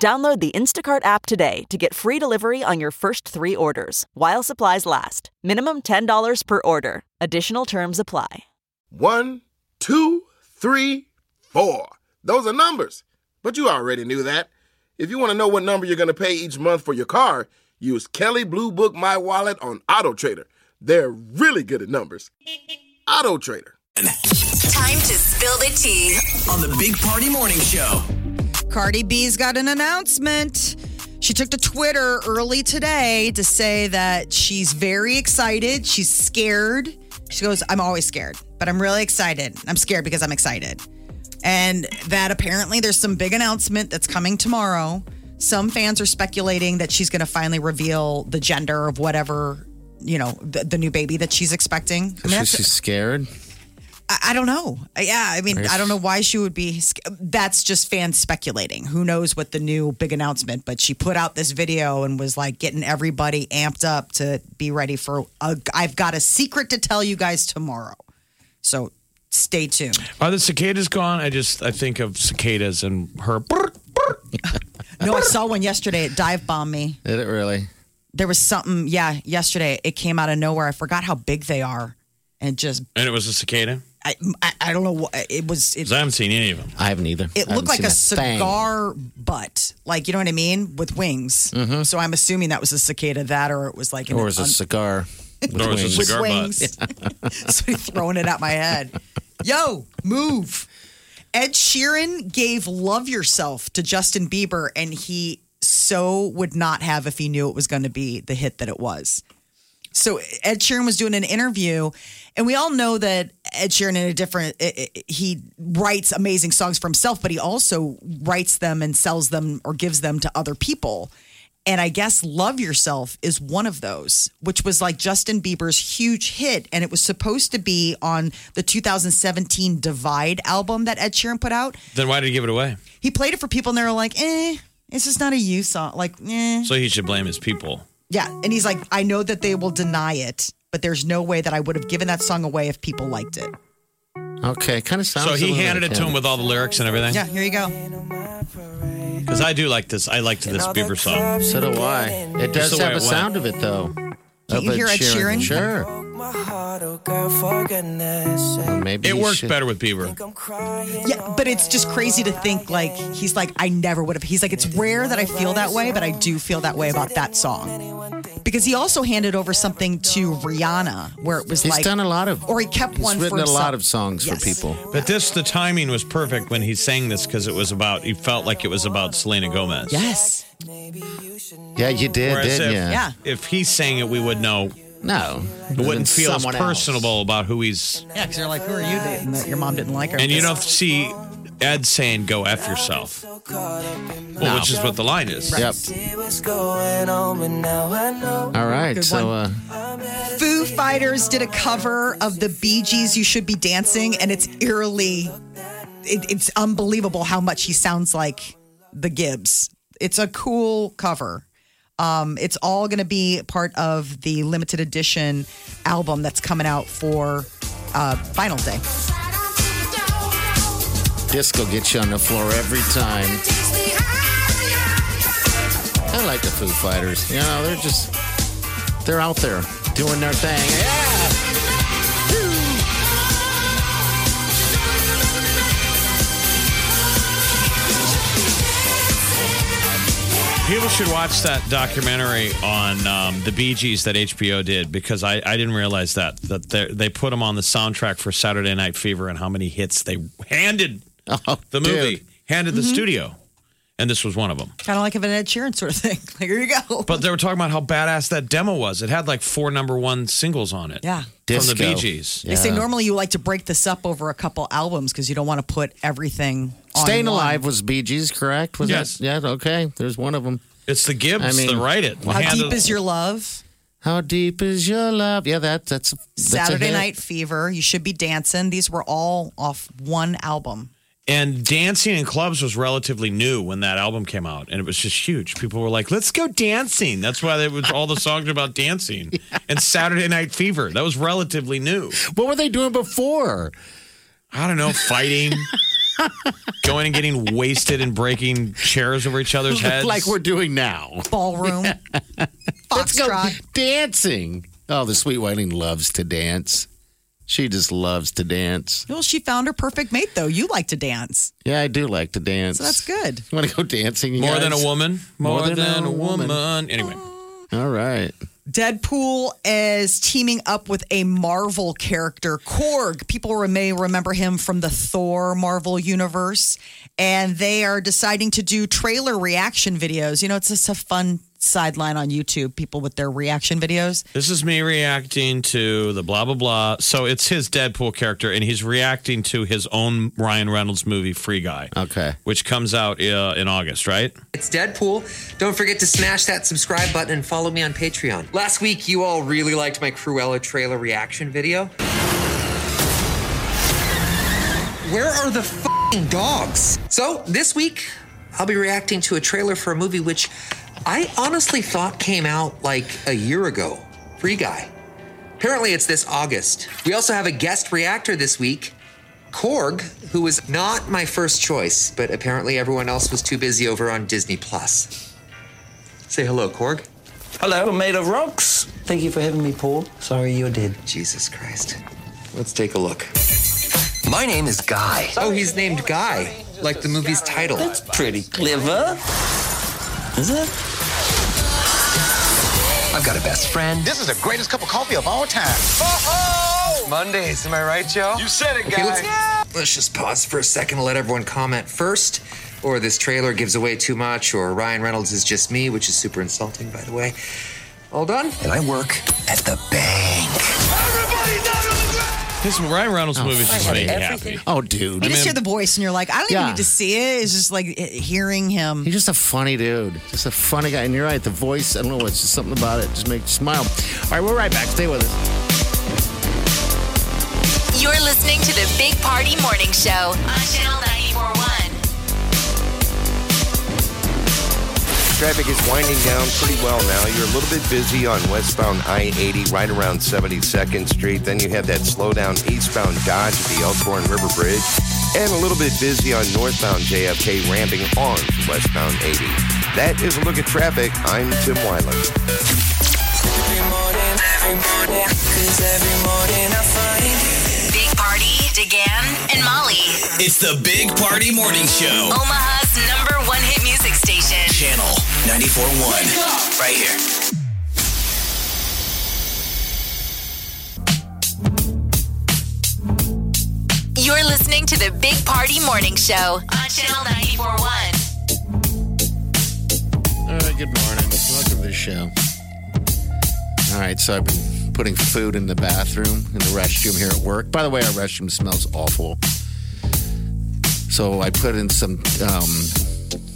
Speaker 7: Download the Instacart app today to get free delivery on your first three orders while supplies last. Minimum $10 per order. Additional terms apply.
Speaker 8: One, two, three, four. Those are numbers. But you already knew that. If you want to know what number you're going to pay each month for your car, use Kelly Blue Book My Wallet on Auto Trader. They're really good at numbers. Auto Trader.
Speaker 3: Time to spill the tea.
Speaker 2: On the Big Party Morning Show.
Speaker 4: Cardi B's got an announcement. She took to Twitter early today to say that she's very excited. She's scared. She goes, I'm always scared, but I'm really excited. I'm scared because I'm excited. And that apparently there's some big announcement that's coming tomorrow. Some fans are speculating that she's going to finally reveal the gender of whatever, you know, the, the new baby that she's expecting. I mean, that's-
Speaker 1: She's, she's scared.
Speaker 4: I, I don't know. Uh, Yeah, I mean, I don't know why she would be. sc- That's just fans speculating. Who knows what the new big announcement? But she put out this video and was like getting everybody amped up to be ready for. A, I've got a secret to tell you guys tomorrow, so stay tuned.
Speaker 5: Are the cicadas gone? I just I think of cicadas and her.
Speaker 4: No, I saw one yesterday. It dive bombed me.
Speaker 1: Did it really?
Speaker 4: There was something. Yeah, yesterday it came out of nowhere. I forgot how big they are, and just
Speaker 5: And it was a cicada.
Speaker 4: I I, I don't know. what It was. It,
Speaker 5: 'Cause I haven't seen any of them.
Speaker 1: I haven't either.
Speaker 4: It
Speaker 1: I
Speaker 4: looked like a
Speaker 1: haven't seen thing.
Speaker 4: cigar butt, like you know what I mean, with wings. So I'm assuming that was a cicada, that or it was like an
Speaker 1: Mm-hmm. Or is
Speaker 5: Or
Speaker 1: it a cigar? with
Speaker 4: un-
Speaker 5: is it
Speaker 1: wings?
Speaker 5: cigar butt?
Speaker 4: wings. so he's throwing it at my head. Yo, move. Ed Sheeran gave "Love Yourself" to Justin Bieber, and he so would not have if he knew it was going to be the hit that it was. So Ed Sheeran was doing an interview, and we all know that Ed Sheeran, in a different, i i he writes amazing songs for himself, but he also writes them and sells them or gives them to other people. And I guess "Love Yourself" is one of those, which was like Justin Bieber's huge hit, and it was supposed to be on the 2017 Divide album that Ed Sheeran put out.
Speaker 5: Then why did he give it away?
Speaker 4: He played it for people, and they were like, "Eh, it's just not a you song." Like, eh.
Speaker 5: So he should blame his people.
Speaker 4: Yeah. And he's like, I know that they will deny it, but there's no way that I would have given that song away if people liked it.
Speaker 1: Okay, kind of sounds.
Speaker 5: So
Speaker 1: a
Speaker 5: he
Speaker 1: little
Speaker 5: handed
Speaker 1: like
Speaker 5: it to him with all the lyrics and everything.
Speaker 4: Yeah, here you go.
Speaker 5: Because I do like this. I liked this Bieber song.
Speaker 1: So do I. It does
Speaker 5: the way
Speaker 1: have
Speaker 5: it
Speaker 1: a
Speaker 5: went.
Speaker 1: sound of it though. Of
Speaker 4: you hear Ed Sheeran?
Speaker 1: Sure. Maybe
Speaker 5: It
Speaker 1: he
Speaker 5: worked
Speaker 1: should-
Speaker 5: better with Bieber.
Speaker 4: Yeah, but it's just crazy to think like he's like, I never would have. He's like, it's rare that I feel that way, but I do feel that way about that song. because he also handed over something to Rihanna where it was
Speaker 1: He's
Speaker 4: like
Speaker 1: done a lot of.
Speaker 4: or he kept one
Speaker 1: He's
Speaker 4: for
Speaker 1: written a
Speaker 4: himself.
Speaker 1: lot of songs
Speaker 4: Yes.
Speaker 1: for people.
Speaker 5: But this, the timing was perfect when he sang this because it was about, he felt like it was about Selena Gomez.
Speaker 4: Yes.
Speaker 1: Yeah, you did,
Speaker 5: Whereas
Speaker 1: didn't
Speaker 5: if,
Speaker 1: you?
Speaker 4: Yeah.
Speaker 5: if he sang it, we would know.
Speaker 1: No,
Speaker 5: It wouldn't feel as personable about who he's.
Speaker 4: Yeah, because you're like, who are you dating that your mom didn't like her?
Speaker 5: And you don't see Ed saying, go F yourself, well,
Speaker 1: No.
Speaker 5: which is what the line is.
Speaker 1: Yep. All right,
Speaker 4: Good
Speaker 1: so uh,
Speaker 4: Foo Fighters did a cover of the Bee Gees "You Should Be Dancing," and it's eerily, it, it's unbelievable how much he sounds like the Gibbs. It's a cool cover. Um, it's all going to be part of the limited edition album that's coming out for uh, Final Day.
Speaker 1: disco gets you on the floor every time. I like the Foo Fighters. You know, they're just they're out there doing their thing. Yeah.
Speaker 5: People should watch that documentary on um, the Bee Gees that HBO did because I, I didn't realize that that they they put them on the soundtrack for Saturday Night Fever and how many hits they handed
Speaker 1: Oh,
Speaker 5: the
Speaker 1: dude.
Speaker 5: movie handed the
Speaker 4: Mm-hmm.
Speaker 5: studio, and this was one of them.
Speaker 4: Kind of like of an Ed Sheeran sort of thing. Like, here you go.
Speaker 5: But they were talking about how badass that demo was. It had like four number one singles on it.
Speaker 4: yeah.
Speaker 5: from
Speaker 1: Disco.
Speaker 5: the Bee Gees.
Speaker 4: They say
Speaker 1: Yeah.
Speaker 4: normally you like to break this up over a couple albums because you don't want to put everything on
Speaker 1: Staying
Speaker 4: one.
Speaker 1: Alive was Bee Gees, correct? Was
Speaker 5: Yes.
Speaker 1: That? Yeah. Okay. There's one of them.
Speaker 5: It's the Gibbs
Speaker 1: I mean,
Speaker 5: that write it.
Speaker 4: How
Speaker 5: Handed-
Speaker 4: deep is your love?
Speaker 1: How deep is your love? Yeah, that that's, that's a
Speaker 4: Saturday
Speaker 1: hit.
Speaker 4: Night Fever. You should be dancing. These were all off one album.
Speaker 5: And dancing in clubs was relatively new when that album came out, and it was just huge. People were like, "Let's go dancing." That's why they was all the songs about dancing. And Saturday Night Fever that was relatively new.
Speaker 1: What were they doing before?
Speaker 5: I don't know, fighting, going and getting wasted and breaking chairs over each other's heads.
Speaker 1: Like we're doing now.
Speaker 4: Ballroom.
Speaker 1: Let's go
Speaker 4: Foxtrot.
Speaker 1: dancing. Oh, the sweet whiting loves to dance. She just loves to dance.
Speaker 4: Well, she found her perfect mate, though. You like to dance.
Speaker 1: Yeah, I do like to dance.
Speaker 4: So that's good.
Speaker 1: You want to go dancing? you
Speaker 5: more than a
Speaker 1: guys?
Speaker 5: woman, more, than, a woman. Anyway,
Speaker 1: All right.
Speaker 4: Deadpool is teaming up with a Marvel character, Korg. People re- may remember him from the Thor Marvel universe. And they are deciding to do trailer reaction videos. You know, it's just a fun sideline on YouTube, people with their reaction videos.
Speaker 5: this is me reacting to the blah blah blah. So it's his Deadpool character, and he's reacting to his own Ryan Reynolds movie, Free Guy.
Speaker 1: Okay.
Speaker 5: which comes out uh, in August, right?
Speaker 9: It's Deadpool. Don't forget to smash that subscribe button and follow me on Patreon. Last week, you all really liked my Cruella trailer reaction video. Where are the fing dogs? So, this week, I'll be reacting to a trailer for a movie which I honestly thought came out like a year ago Free Guy. Apparently, it's this August. We also have a guest reactor this week. Korg, who was not my first choice, but apparently everyone else was too busy over on Disney Plus. Say hello, Korg.
Speaker 10: Hello, I'm made of rocks. Thank you for having me, Paul. Sorry you're dead.
Speaker 9: Jesus Christ. Let's take a look. My name is Guy. Oh, he's named Guy, like the movie's title.
Speaker 10: That's pretty clever. Is it?
Speaker 9: I've got a best friend.
Speaker 2: This is the greatest cup of coffee of all time.
Speaker 9: Mondays, am I right, Joe?
Speaker 2: You said it,
Speaker 9: Okay,
Speaker 2: guy.
Speaker 9: let's, let's just pause for a second and let everyone comment first. Or this trailer gives away too much, or Ryan Reynolds is just me, which is super insulting, by the way. All done? And I work at the bank.
Speaker 2: Everybody down on the ground!
Speaker 5: His Ryan Reynolds movies just made me happy.
Speaker 1: Oh, dude.
Speaker 4: You just hear the voice and you're like, I don't
Speaker 1: Yeah.
Speaker 4: even need to see it. It's just like eh, hearing him.
Speaker 5: Um,
Speaker 1: He's just a funny dude. Just a funny guy. And you're right. The voice, I don't know, it's just something about it. Just makes you smile. All right, we're right back. Stay with us.
Speaker 3: You're listening to the Big Party Morning Show on Channel 941.
Speaker 6: Traffic is winding down pretty well now. You're a little bit busy on westbound I 80 right around 72nd Street. Then you have that slowdown eastbound Dodge at the Elkhorn River Bridge. And a little bit busy on northbound JFK ramping on to westbound 80. That is a look at traffic. I'm Tim Wyland.
Speaker 3: Big Party, DeGan, and Molly.
Speaker 2: It's the Big Party Morning Show.
Speaker 3: Omaha's number one hit music station.
Speaker 2: Channel 94.1. Right here.
Speaker 3: listening to the Big Party Morning Show on Channel 94.1.
Speaker 1: All right, good morning. Welcome to the show. All right, so I've been putting food in the bathroom, in the restroom here at work. By the way, our restroom smells awful. So I put in some, um,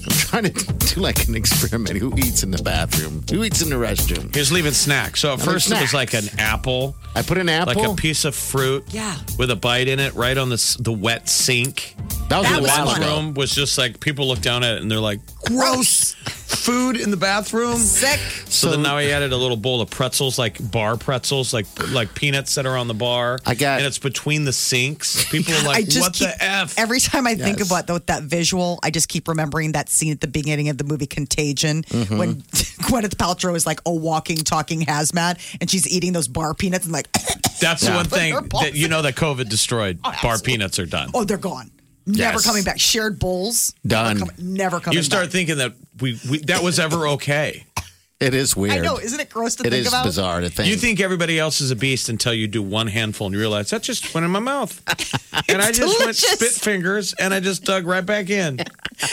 Speaker 1: I'm trying to do like an experiment. Who eats in the bathroom? Who eats in the restroom?
Speaker 5: He was leaving snacks. So at
Speaker 1: I mean,
Speaker 5: first it was like
Speaker 1: snacks.
Speaker 5: an apple.
Speaker 1: I put an apple.
Speaker 5: Like a piece of fruit.
Speaker 1: Yeah.
Speaker 5: With a bite in it right on the, s- the wet sink.
Speaker 1: That was a
Speaker 5: the
Speaker 1: while
Speaker 5: lounge
Speaker 1: ago.
Speaker 5: room was just like people looked down at it and they're like,
Speaker 4: Gross.
Speaker 5: Food in the bathroom.
Speaker 4: Sick.
Speaker 5: So, then now he added a little bowl of pretzels, like bar pretzels, like like peanuts that are on the bar. I got, and it's between the sinks. People are
Speaker 4: I
Speaker 5: like,
Speaker 4: just
Speaker 5: "What
Speaker 4: keep,
Speaker 5: the f?"
Speaker 4: Every time I think
Speaker 5: Yes.
Speaker 4: about that, that visual, I just keep remembering that scene at the beginning of the movie Contagion
Speaker 5: Mm-hmm.
Speaker 1: Mhm.
Speaker 4: when Gwyneth Paltrow is like a walking, talking hazmat, and she's eating those bar peanuts and like,
Speaker 5: That's the
Speaker 4: Yeah.
Speaker 5: one thing
Speaker 4: Put their
Speaker 5: that you know that COVID destroyed.
Speaker 4: Oh,
Speaker 5: bar peanuts are done.
Speaker 4: oh, they're gone, never
Speaker 5: Yes.
Speaker 4: coming back. Shared bowls,
Speaker 5: Done.
Speaker 4: never coming.
Speaker 5: You start thinking that we, we that was ever okay.
Speaker 1: It is
Speaker 4: back. I know, isn't it gross to
Speaker 5: It
Speaker 4: think
Speaker 5: is
Speaker 4: about?
Speaker 1: bizarre to think.
Speaker 5: You think everybody else is a beast until you do one handful and you realize that just went in my mouth. and I just went spit fingers and I just dug right back in.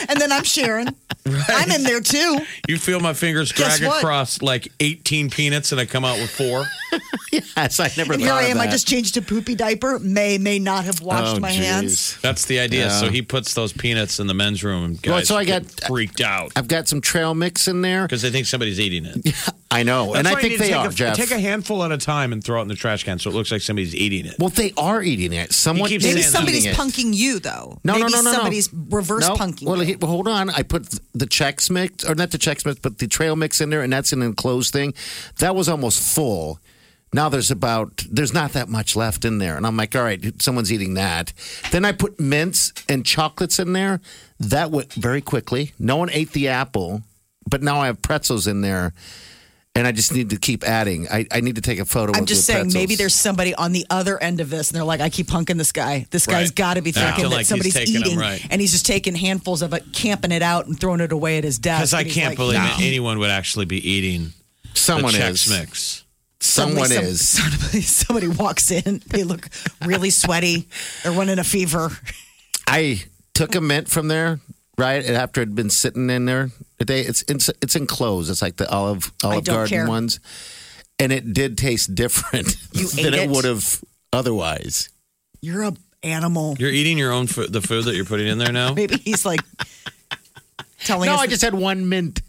Speaker 4: And then I'm Sharon. I'm in there too.
Speaker 5: You feel my fingers
Speaker 4: Guess
Speaker 5: drag
Speaker 4: what?
Speaker 5: across like 18 peanuts and I come out with four.
Speaker 1: yes, I never
Speaker 4: And here I am. I just changed a poopy diaper. May may not have
Speaker 5: Oh,
Speaker 4: washed my hands.
Speaker 5: That's the idea.
Speaker 1: Oh, Yeah.
Speaker 5: So he puts those peanuts in the men's room and guys
Speaker 1: Well, so I uh,
Speaker 5: get freaked out
Speaker 1: I've got some trail mix in there.
Speaker 5: because they think somebody's eating it.
Speaker 1: I know, and
Speaker 5: That's
Speaker 1: I
Speaker 5: why
Speaker 1: think
Speaker 5: you need
Speaker 1: they
Speaker 5: to
Speaker 1: are,
Speaker 5: take a,
Speaker 1: Jeff.
Speaker 5: Take a handful at a time and throw it in the trash can so it looks like somebody's eating it.
Speaker 1: well, they are eating it. Someone
Speaker 5: keeps
Speaker 1: is
Speaker 5: saying
Speaker 1: eating
Speaker 5: that.
Speaker 4: Somebody's
Speaker 1: it.
Speaker 4: punking you though.
Speaker 1: No,
Speaker 4: Maybe
Speaker 1: no, no, no, no.
Speaker 4: Somebody's reverse
Speaker 1: no.
Speaker 4: punking.
Speaker 1: Well, he, well, hold on. I put the Chex mix, or not the Chex mix, but the trail mix in there, and that's an enclosed thing. That was almost full. Now there's about there's not that much left in there, and I'm like, all right, someone's eating that. Then I put mints and chocolates in there. That went very quickly. No one ate the apple, but now I have pretzels in there, and I just need to keep adding. I, I need to take a photo.
Speaker 4: I'm
Speaker 1: of
Speaker 4: just
Speaker 1: the
Speaker 4: saying,
Speaker 1: pretzels.
Speaker 4: maybe there's somebody on the other end of this, and they're like, "I keep punking this guy. This guy's
Speaker 1: Right.
Speaker 4: got to be
Speaker 1: Yeah.
Speaker 4: thinking
Speaker 1: Feel
Speaker 4: that
Speaker 1: like he's
Speaker 4: somebody's
Speaker 1: taking 'em,
Speaker 4: eating,
Speaker 1: right.
Speaker 4: and he's just taking handfuls of it, camping it out, and throwing it away at his desk."
Speaker 5: Because I
Speaker 4: And he's
Speaker 5: can't
Speaker 4: like,
Speaker 5: believe
Speaker 4: "No."
Speaker 5: that anyone would actually be eating
Speaker 1: Someone
Speaker 5: the Chex
Speaker 1: is.
Speaker 5: Mix.
Speaker 1: someone
Speaker 4: Suddenly
Speaker 1: is.
Speaker 4: some- Somebody, somebody walks in. They look really sweaty. They're running a fever.
Speaker 1: I took a mint from there, right? And after it'd been sitting in there a day, it's it's, it's enclosed. It's like the olive olive
Speaker 4: don't
Speaker 1: garden
Speaker 4: care.
Speaker 1: ones, and it did taste different
Speaker 4: You
Speaker 1: than
Speaker 4: ate
Speaker 1: it
Speaker 4: it?
Speaker 1: would have otherwise.
Speaker 4: You're a animal.
Speaker 5: You're eating your own food, the food that you're putting in there now.
Speaker 4: Maybe he's like telling
Speaker 1: no,
Speaker 4: us.
Speaker 1: I just had one mint.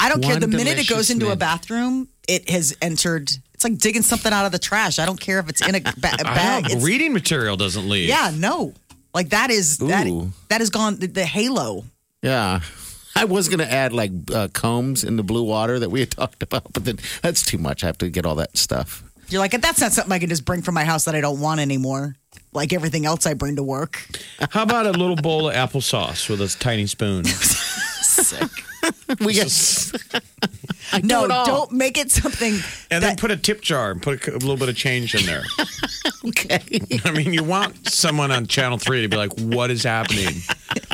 Speaker 4: I don't care.
Speaker 1: e- One
Speaker 4: The minute it
Speaker 1: delicious
Speaker 4: goes into a
Speaker 1: mint.
Speaker 4: bathroom, it has entered. It's like digging something out of the trash. I don't care if it's in a, ba- a
Speaker 5: I
Speaker 4: bag.
Speaker 5: know,
Speaker 4: It's-
Speaker 5: reading material doesn't leave.
Speaker 4: yeah, no. Like that is that
Speaker 1: Ooh.
Speaker 4: that is gone. The, the halo.
Speaker 1: Yeah. I was going to add like uh, combs in the blue water that we had talked about, but then that's too much. I have to get all that stuff.
Speaker 4: You're like that's not something I can just bring from my house that I don't want anymore. Like everything else I bring to work.
Speaker 5: How about a little bowl of applesauce with a tiny spoon?
Speaker 4: Sick.
Speaker 1: we get
Speaker 4: no,
Speaker 1: it all.
Speaker 4: don't make it something.
Speaker 5: And then put a tip jar and put a, c- a little bit of change in there.
Speaker 1: okay.
Speaker 5: I mean, you want someone on Channel 3 to be like, what is happening?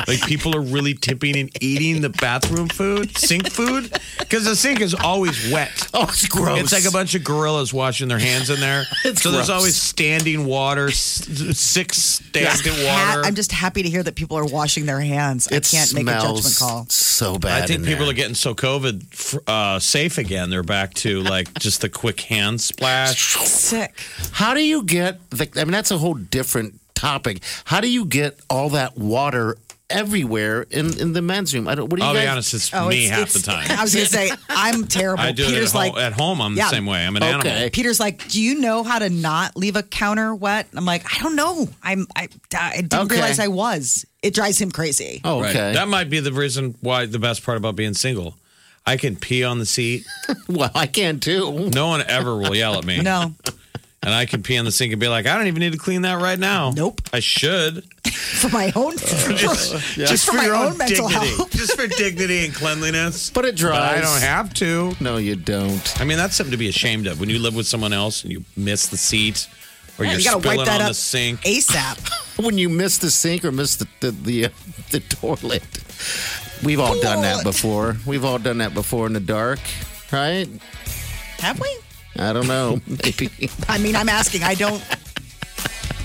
Speaker 5: Like, people are really tipping and eating the bathroom food, sink food, because the sink is always wet.
Speaker 1: Oh, it's gross.
Speaker 5: It's like a bunch of gorillas washing their hands in there.
Speaker 1: It's
Speaker 5: so there's
Speaker 1: gross.
Speaker 5: always standing water, s- six standing
Speaker 4: Ha-
Speaker 5: water.
Speaker 4: I'm just happy to hear that people are washing their hands. I
Speaker 1: It
Speaker 4: can't make a judgment
Speaker 1: smells
Speaker 4: call.
Speaker 1: So bad.
Speaker 5: I think
Speaker 1: in
Speaker 5: people
Speaker 1: there.
Speaker 5: are getting so COVID f- uh, safe again. They're back to like just the quick hand splash.
Speaker 4: Sick.
Speaker 1: How do you get the, I mean, that's a whole different topic. How do you get all that water everywhere in, in the men's room? I don't, what do you
Speaker 5: I'll
Speaker 1: guys?
Speaker 5: be honest, it's me half the time.
Speaker 4: Oh, I was gonna say I'm terrible.
Speaker 5: I do it at,
Speaker 4: Peter's
Speaker 5: home,
Speaker 4: like
Speaker 5: at home. I'm the same way. I'm an animal.
Speaker 4: Peter's like, "Do you know how to not leave a counter wet?" I'm like, "I don't know. I'm I, I didn't
Speaker 5: Okay.
Speaker 4: realize I was." It drives him crazy.
Speaker 1: Oh,
Speaker 5: Right. That might be the reason why the best part about being single. I can pee on the seat.
Speaker 1: well, I can too.
Speaker 5: No one ever will yell at me.
Speaker 4: No.
Speaker 5: And I can pee on the sink and be like, I don't even need to clean that right now. Nope. I should.
Speaker 4: for my own, for, Uh, just, for, my own, mental
Speaker 5: dignity.
Speaker 4: health.
Speaker 5: just for dignity and cleanliness.
Speaker 1: But it dries.
Speaker 5: I don't have to.
Speaker 1: No, you don't.
Speaker 5: I mean, that's something to be ashamed of when you live with someone else and you miss the seat or
Speaker 4: Yeah,
Speaker 5: you're
Speaker 4: you gotta
Speaker 5: spilling
Speaker 4: wipe that
Speaker 5: on the
Speaker 4: up
Speaker 5: sink.
Speaker 4: ASAP.
Speaker 1: when you miss the sink or miss the the the, uh, the toilet. We've all done that before. We've all done that before in the dark, right?
Speaker 4: Have we?
Speaker 1: I don't know. Maybe.
Speaker 4: I mean, I'm asking. I don't.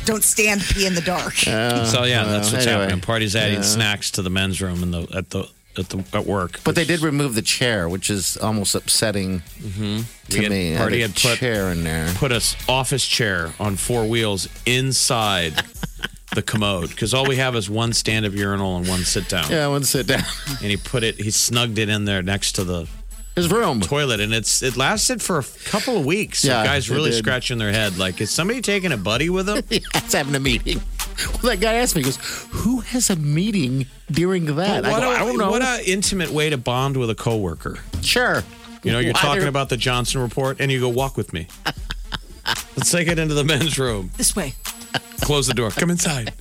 Speaker 4: Don't stand pee in the dark.
Speaker 5: so yeah, that's what's
Speaker 1: anyway.
Speaker 5: happening. Party's adding
Speaker 1: Yeah.
Speaker 5: snacks to the men's room in the at the at the at work.
Speaker 1: But they did remove the chair, which is almost upsetting to
Speaker 5: Mm-hmm. We had-
Speaker 1: me. I
Speaker 5: Party
Speaker 1: had
Speaker 5: had
Speaker 1: a
Speaker 5: put-
Speaker 1: chair in there.
Speaker 5: Put us office chair on four wheels inside the commode because all we have is one stand up urinal and one sit down.
Speaker 1: Yeah, I wouldn't sit down.
Speaker 5: And he put it, he snugged it in there next to the
Speaker 1: his room
Speaker 5: toilet, and it's it lasted for a couple of weeks.
Speaker 1: Yeah,
Speaker 5: so guys
Speaker 1: it
Speaker 5: really
Speaker 1: did.
Speaker 5: scratching their head, like is somebody taking a buddy with them?
Speaker 1: That's having a meeting. Well, that guy asked me, he goes, Who has a meeting during that?
Speaker 5: What
Speaker 1: I, go,
Speaker 5: a-
Speaker 1: I don't know.
Speaker 5: What an intimate way to bond with a coworker.
Speaker 1: Sure.
Speaker 5: You know, you're
Speaker 1: Why
Speaker 5: talking
Speaker 1: they're-
Speaker 5: about the Johnson report, and you go walk with me. Let's take it into the men's room.
Speaker 4: This way.
Speaker 5: Close the door. Come inside.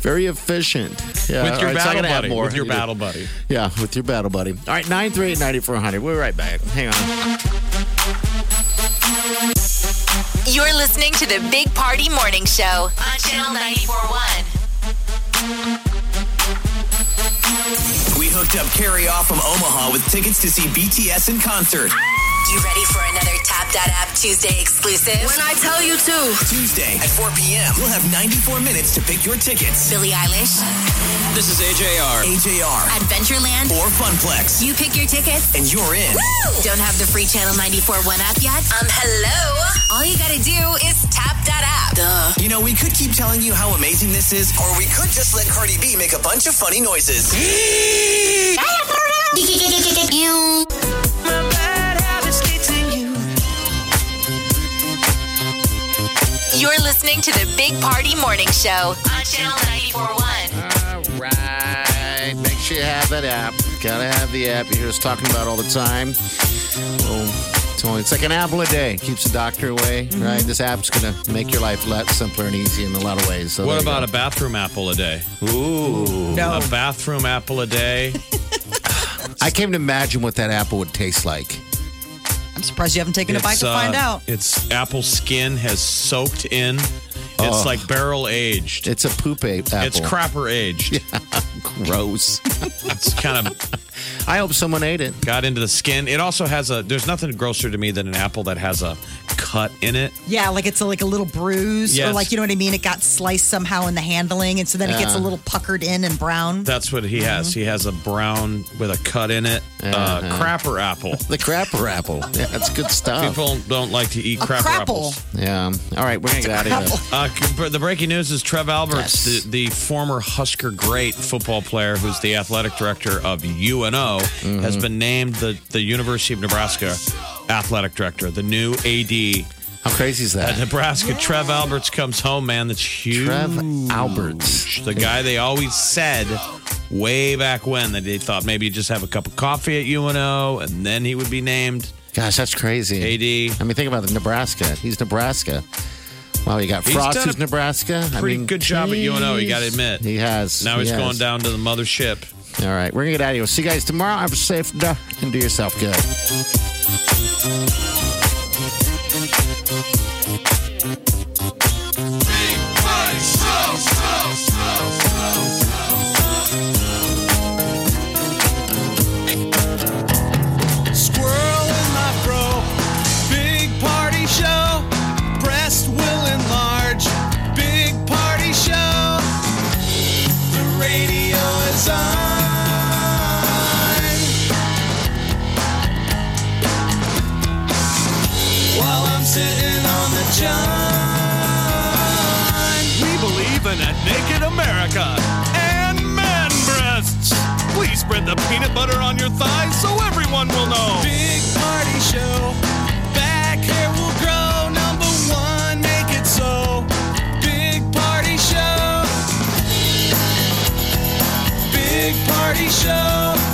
Speaker 1: Very efficient. Yeah,
Speaker 5: with your
Speaker 1: all right, so I
Speaker 5: battle
Speaker 1: gotta have
Speaker 5: buddy.
Speaker 1: more.
Speaker 5: With your
Speaker 1: You do.
Speaker 5: battle buddy.
Speaker 1: Yeah, with your battle buddy. All right, 938 9400. We're right back. Hang on.
Speaker 3: You're listening to the Big Party Morning Show on Channel 941.
Speaker 2: We hooked up Carrie off from Omaha with tickets to see BTS in concert.
Speaker 3: You ready for another Tap That App Tuesday exclusive? When I tell you to.
Speaker 2: Tuesday at 4 p.m. You'll have 94 minutes to pick your tickets.
Speaker 3: Billie Eilish,
Speaker 2: This is AJR. AJR.
Speaker 3: Adventureland,
Speaker 2: Or Funplex.
Speaker 3: you pick your tickets.
Speaker 2: And you're in.
Speaker 3: Woo! Don't have the free Channel 94 one app yet? Um, hello? All you gotta do is tap that app. Duh.
Speaker 2: You know, we could keep telling you how amazing this is, or we could just let Cardi B make a bunch of funny noises.
Speaker 3: You're listening to the Big Party Morning Show on Channel 941.
Speaker 1: All right. Make sure you have that app. Gotta have the app. You hear us talking about it all the time. Well, it's, only, it's like an apple a day. Keeps the doctor away, right? This app's gonna make your life a lot simpler and easy in a lot of ways. So
Speaker 5: what
Speaker 1: there you
Speaker 5: about
Speaker 1: go.
Speaker 5: a bathroom apple a day? Ooh.
Speaker 4: No.
Speaker 5: A bathroom apple a day.
Speaker 1: I can't even imagine what that apple would taste like.
Speaker 4: I'm surprised you haven't taken a bite to
Speaker 5: uh,
Speaker 4: find out.
Speaker 5: It's apple skin has soaked in. It's like barrel aged.
Speaker 1: It's a poop ape apple.
Speaker 5: It's crapper aged.
Speaker 1: Gross.
Speaker 5: It's kind of
Speaker 1: I hope someone ate it.
Speaker 5: got into the skin. It also has a. There's nothing grosser to me than an apple that has a cut in it.
Speaker 4: Yeah, like it's a, like a little bruise, or
Speaker 5: Yes.
Speaker 4: like you know what I mean. It got sliced somehow in the handling, and so then it gets a little puckered in and brown.
Speaker 5: That's what he has. He has a brown with a cut in it. uh crapper apple.
Speaker 1: Uh-huh. The crapper apple. Yeah, that's good stuff.
Speaker 5: People don't like to eat
Speaker 4: a
Speaker 5: crapper
Speaker 4: crapple.
Speaker 5: apples.
Speaker 1: Yeah. All right, we're gonna get out of here.
Speaker 5: Uh, c- the breaking news is Trev Alberts,
Speaker 1: Yes.
Speaker 5: the, the former Husker great football player who's the athletic director of UNO,
Speaker 1: Mm-hmm.
Speaker 5: has been named the, the University of Nebraska athletic director, the new AD
Speaker 1: How crazy is
Speaker 5: at
Speaker 1: that?
Speaker 5: Nebraska. Trev Alberts comes home, man. That's huge.
Speaker 1: Trev Alberts.
Speaker 5: The guy they always said way back when that they thought maybe you just have a cup of coffee at UNO and then he would be named
Speaker 1: Gosh, that's crazy.
Speaker 5: AD.
Speaker 1: I mean, think about it. Nebraska. He's Nebraska. Wow, you got
Speaker 5: He's
Speaker 1: Frost,
Speaker 5: done a
Speaker 1: who's Nebraska. I
Speaker 5: pretty
Speaker 1: mean,
Speaker 5: good job at UNO, you gotta
Speaker 1: geez.
Speaker 5: admit.
Speaker 1: He has.
Speaker 5: Now
Speaker 1: he
Speaker 5: he's
Speaker 1: has.
Speaker 5: going down to the mothership.
Speaker 1: All right, we're going to get out of here. We'll see you guys tomorrow. Have a safe day and do yourself good.
Speaker 2: Squirrel in my fro. Big party show. Breast will enlarge. Big party show. The radio is on. While I'm sitting on the john.
Speaker 5: We believe in a naked America and man breasts. Please spread the peanut butter on your thighs so everyone will know.
Speaker 2: Big party show. Back hair will grow. Number one, make it so. Big party show. Big party show.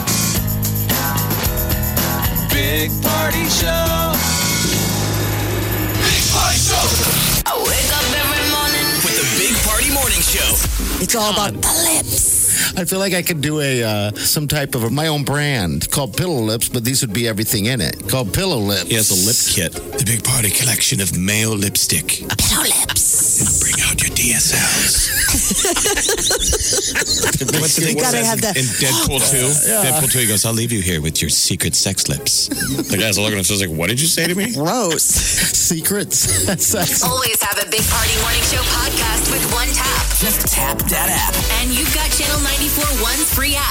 Speaker 2: Big party show. Big party show.
Speaker 3: I wake up every morning.
Speaker 2: With the Big Party Morning Show.
Speaker 4: It's all about
Speaker 1: I feel like I could do a uh, some type of my own brand called Pillow Lips, but these would be everything in it. Called Pillow Lips.
Speaker 5: He has a lip kit.
Speaker 2: The Big Party collection of male lipstick.
Speaker 3: Pillow lips.
Speaker 2: Bring out your DSLs.
Speaker 1: What's the- what's that?
Speaker 5: in Deadpool 2. Deadpool 2, he goes, I'll leave you here with your secret sex lips. the guy's looking at us like, what did you say to me?
Speaker 4: Gross.
Speaker 1: Secrets. That's, that's
Speaker 3: Always have a Big Party Morning Show podcast with one tap. Just tap that app. And you've got Channel 94 One's free app.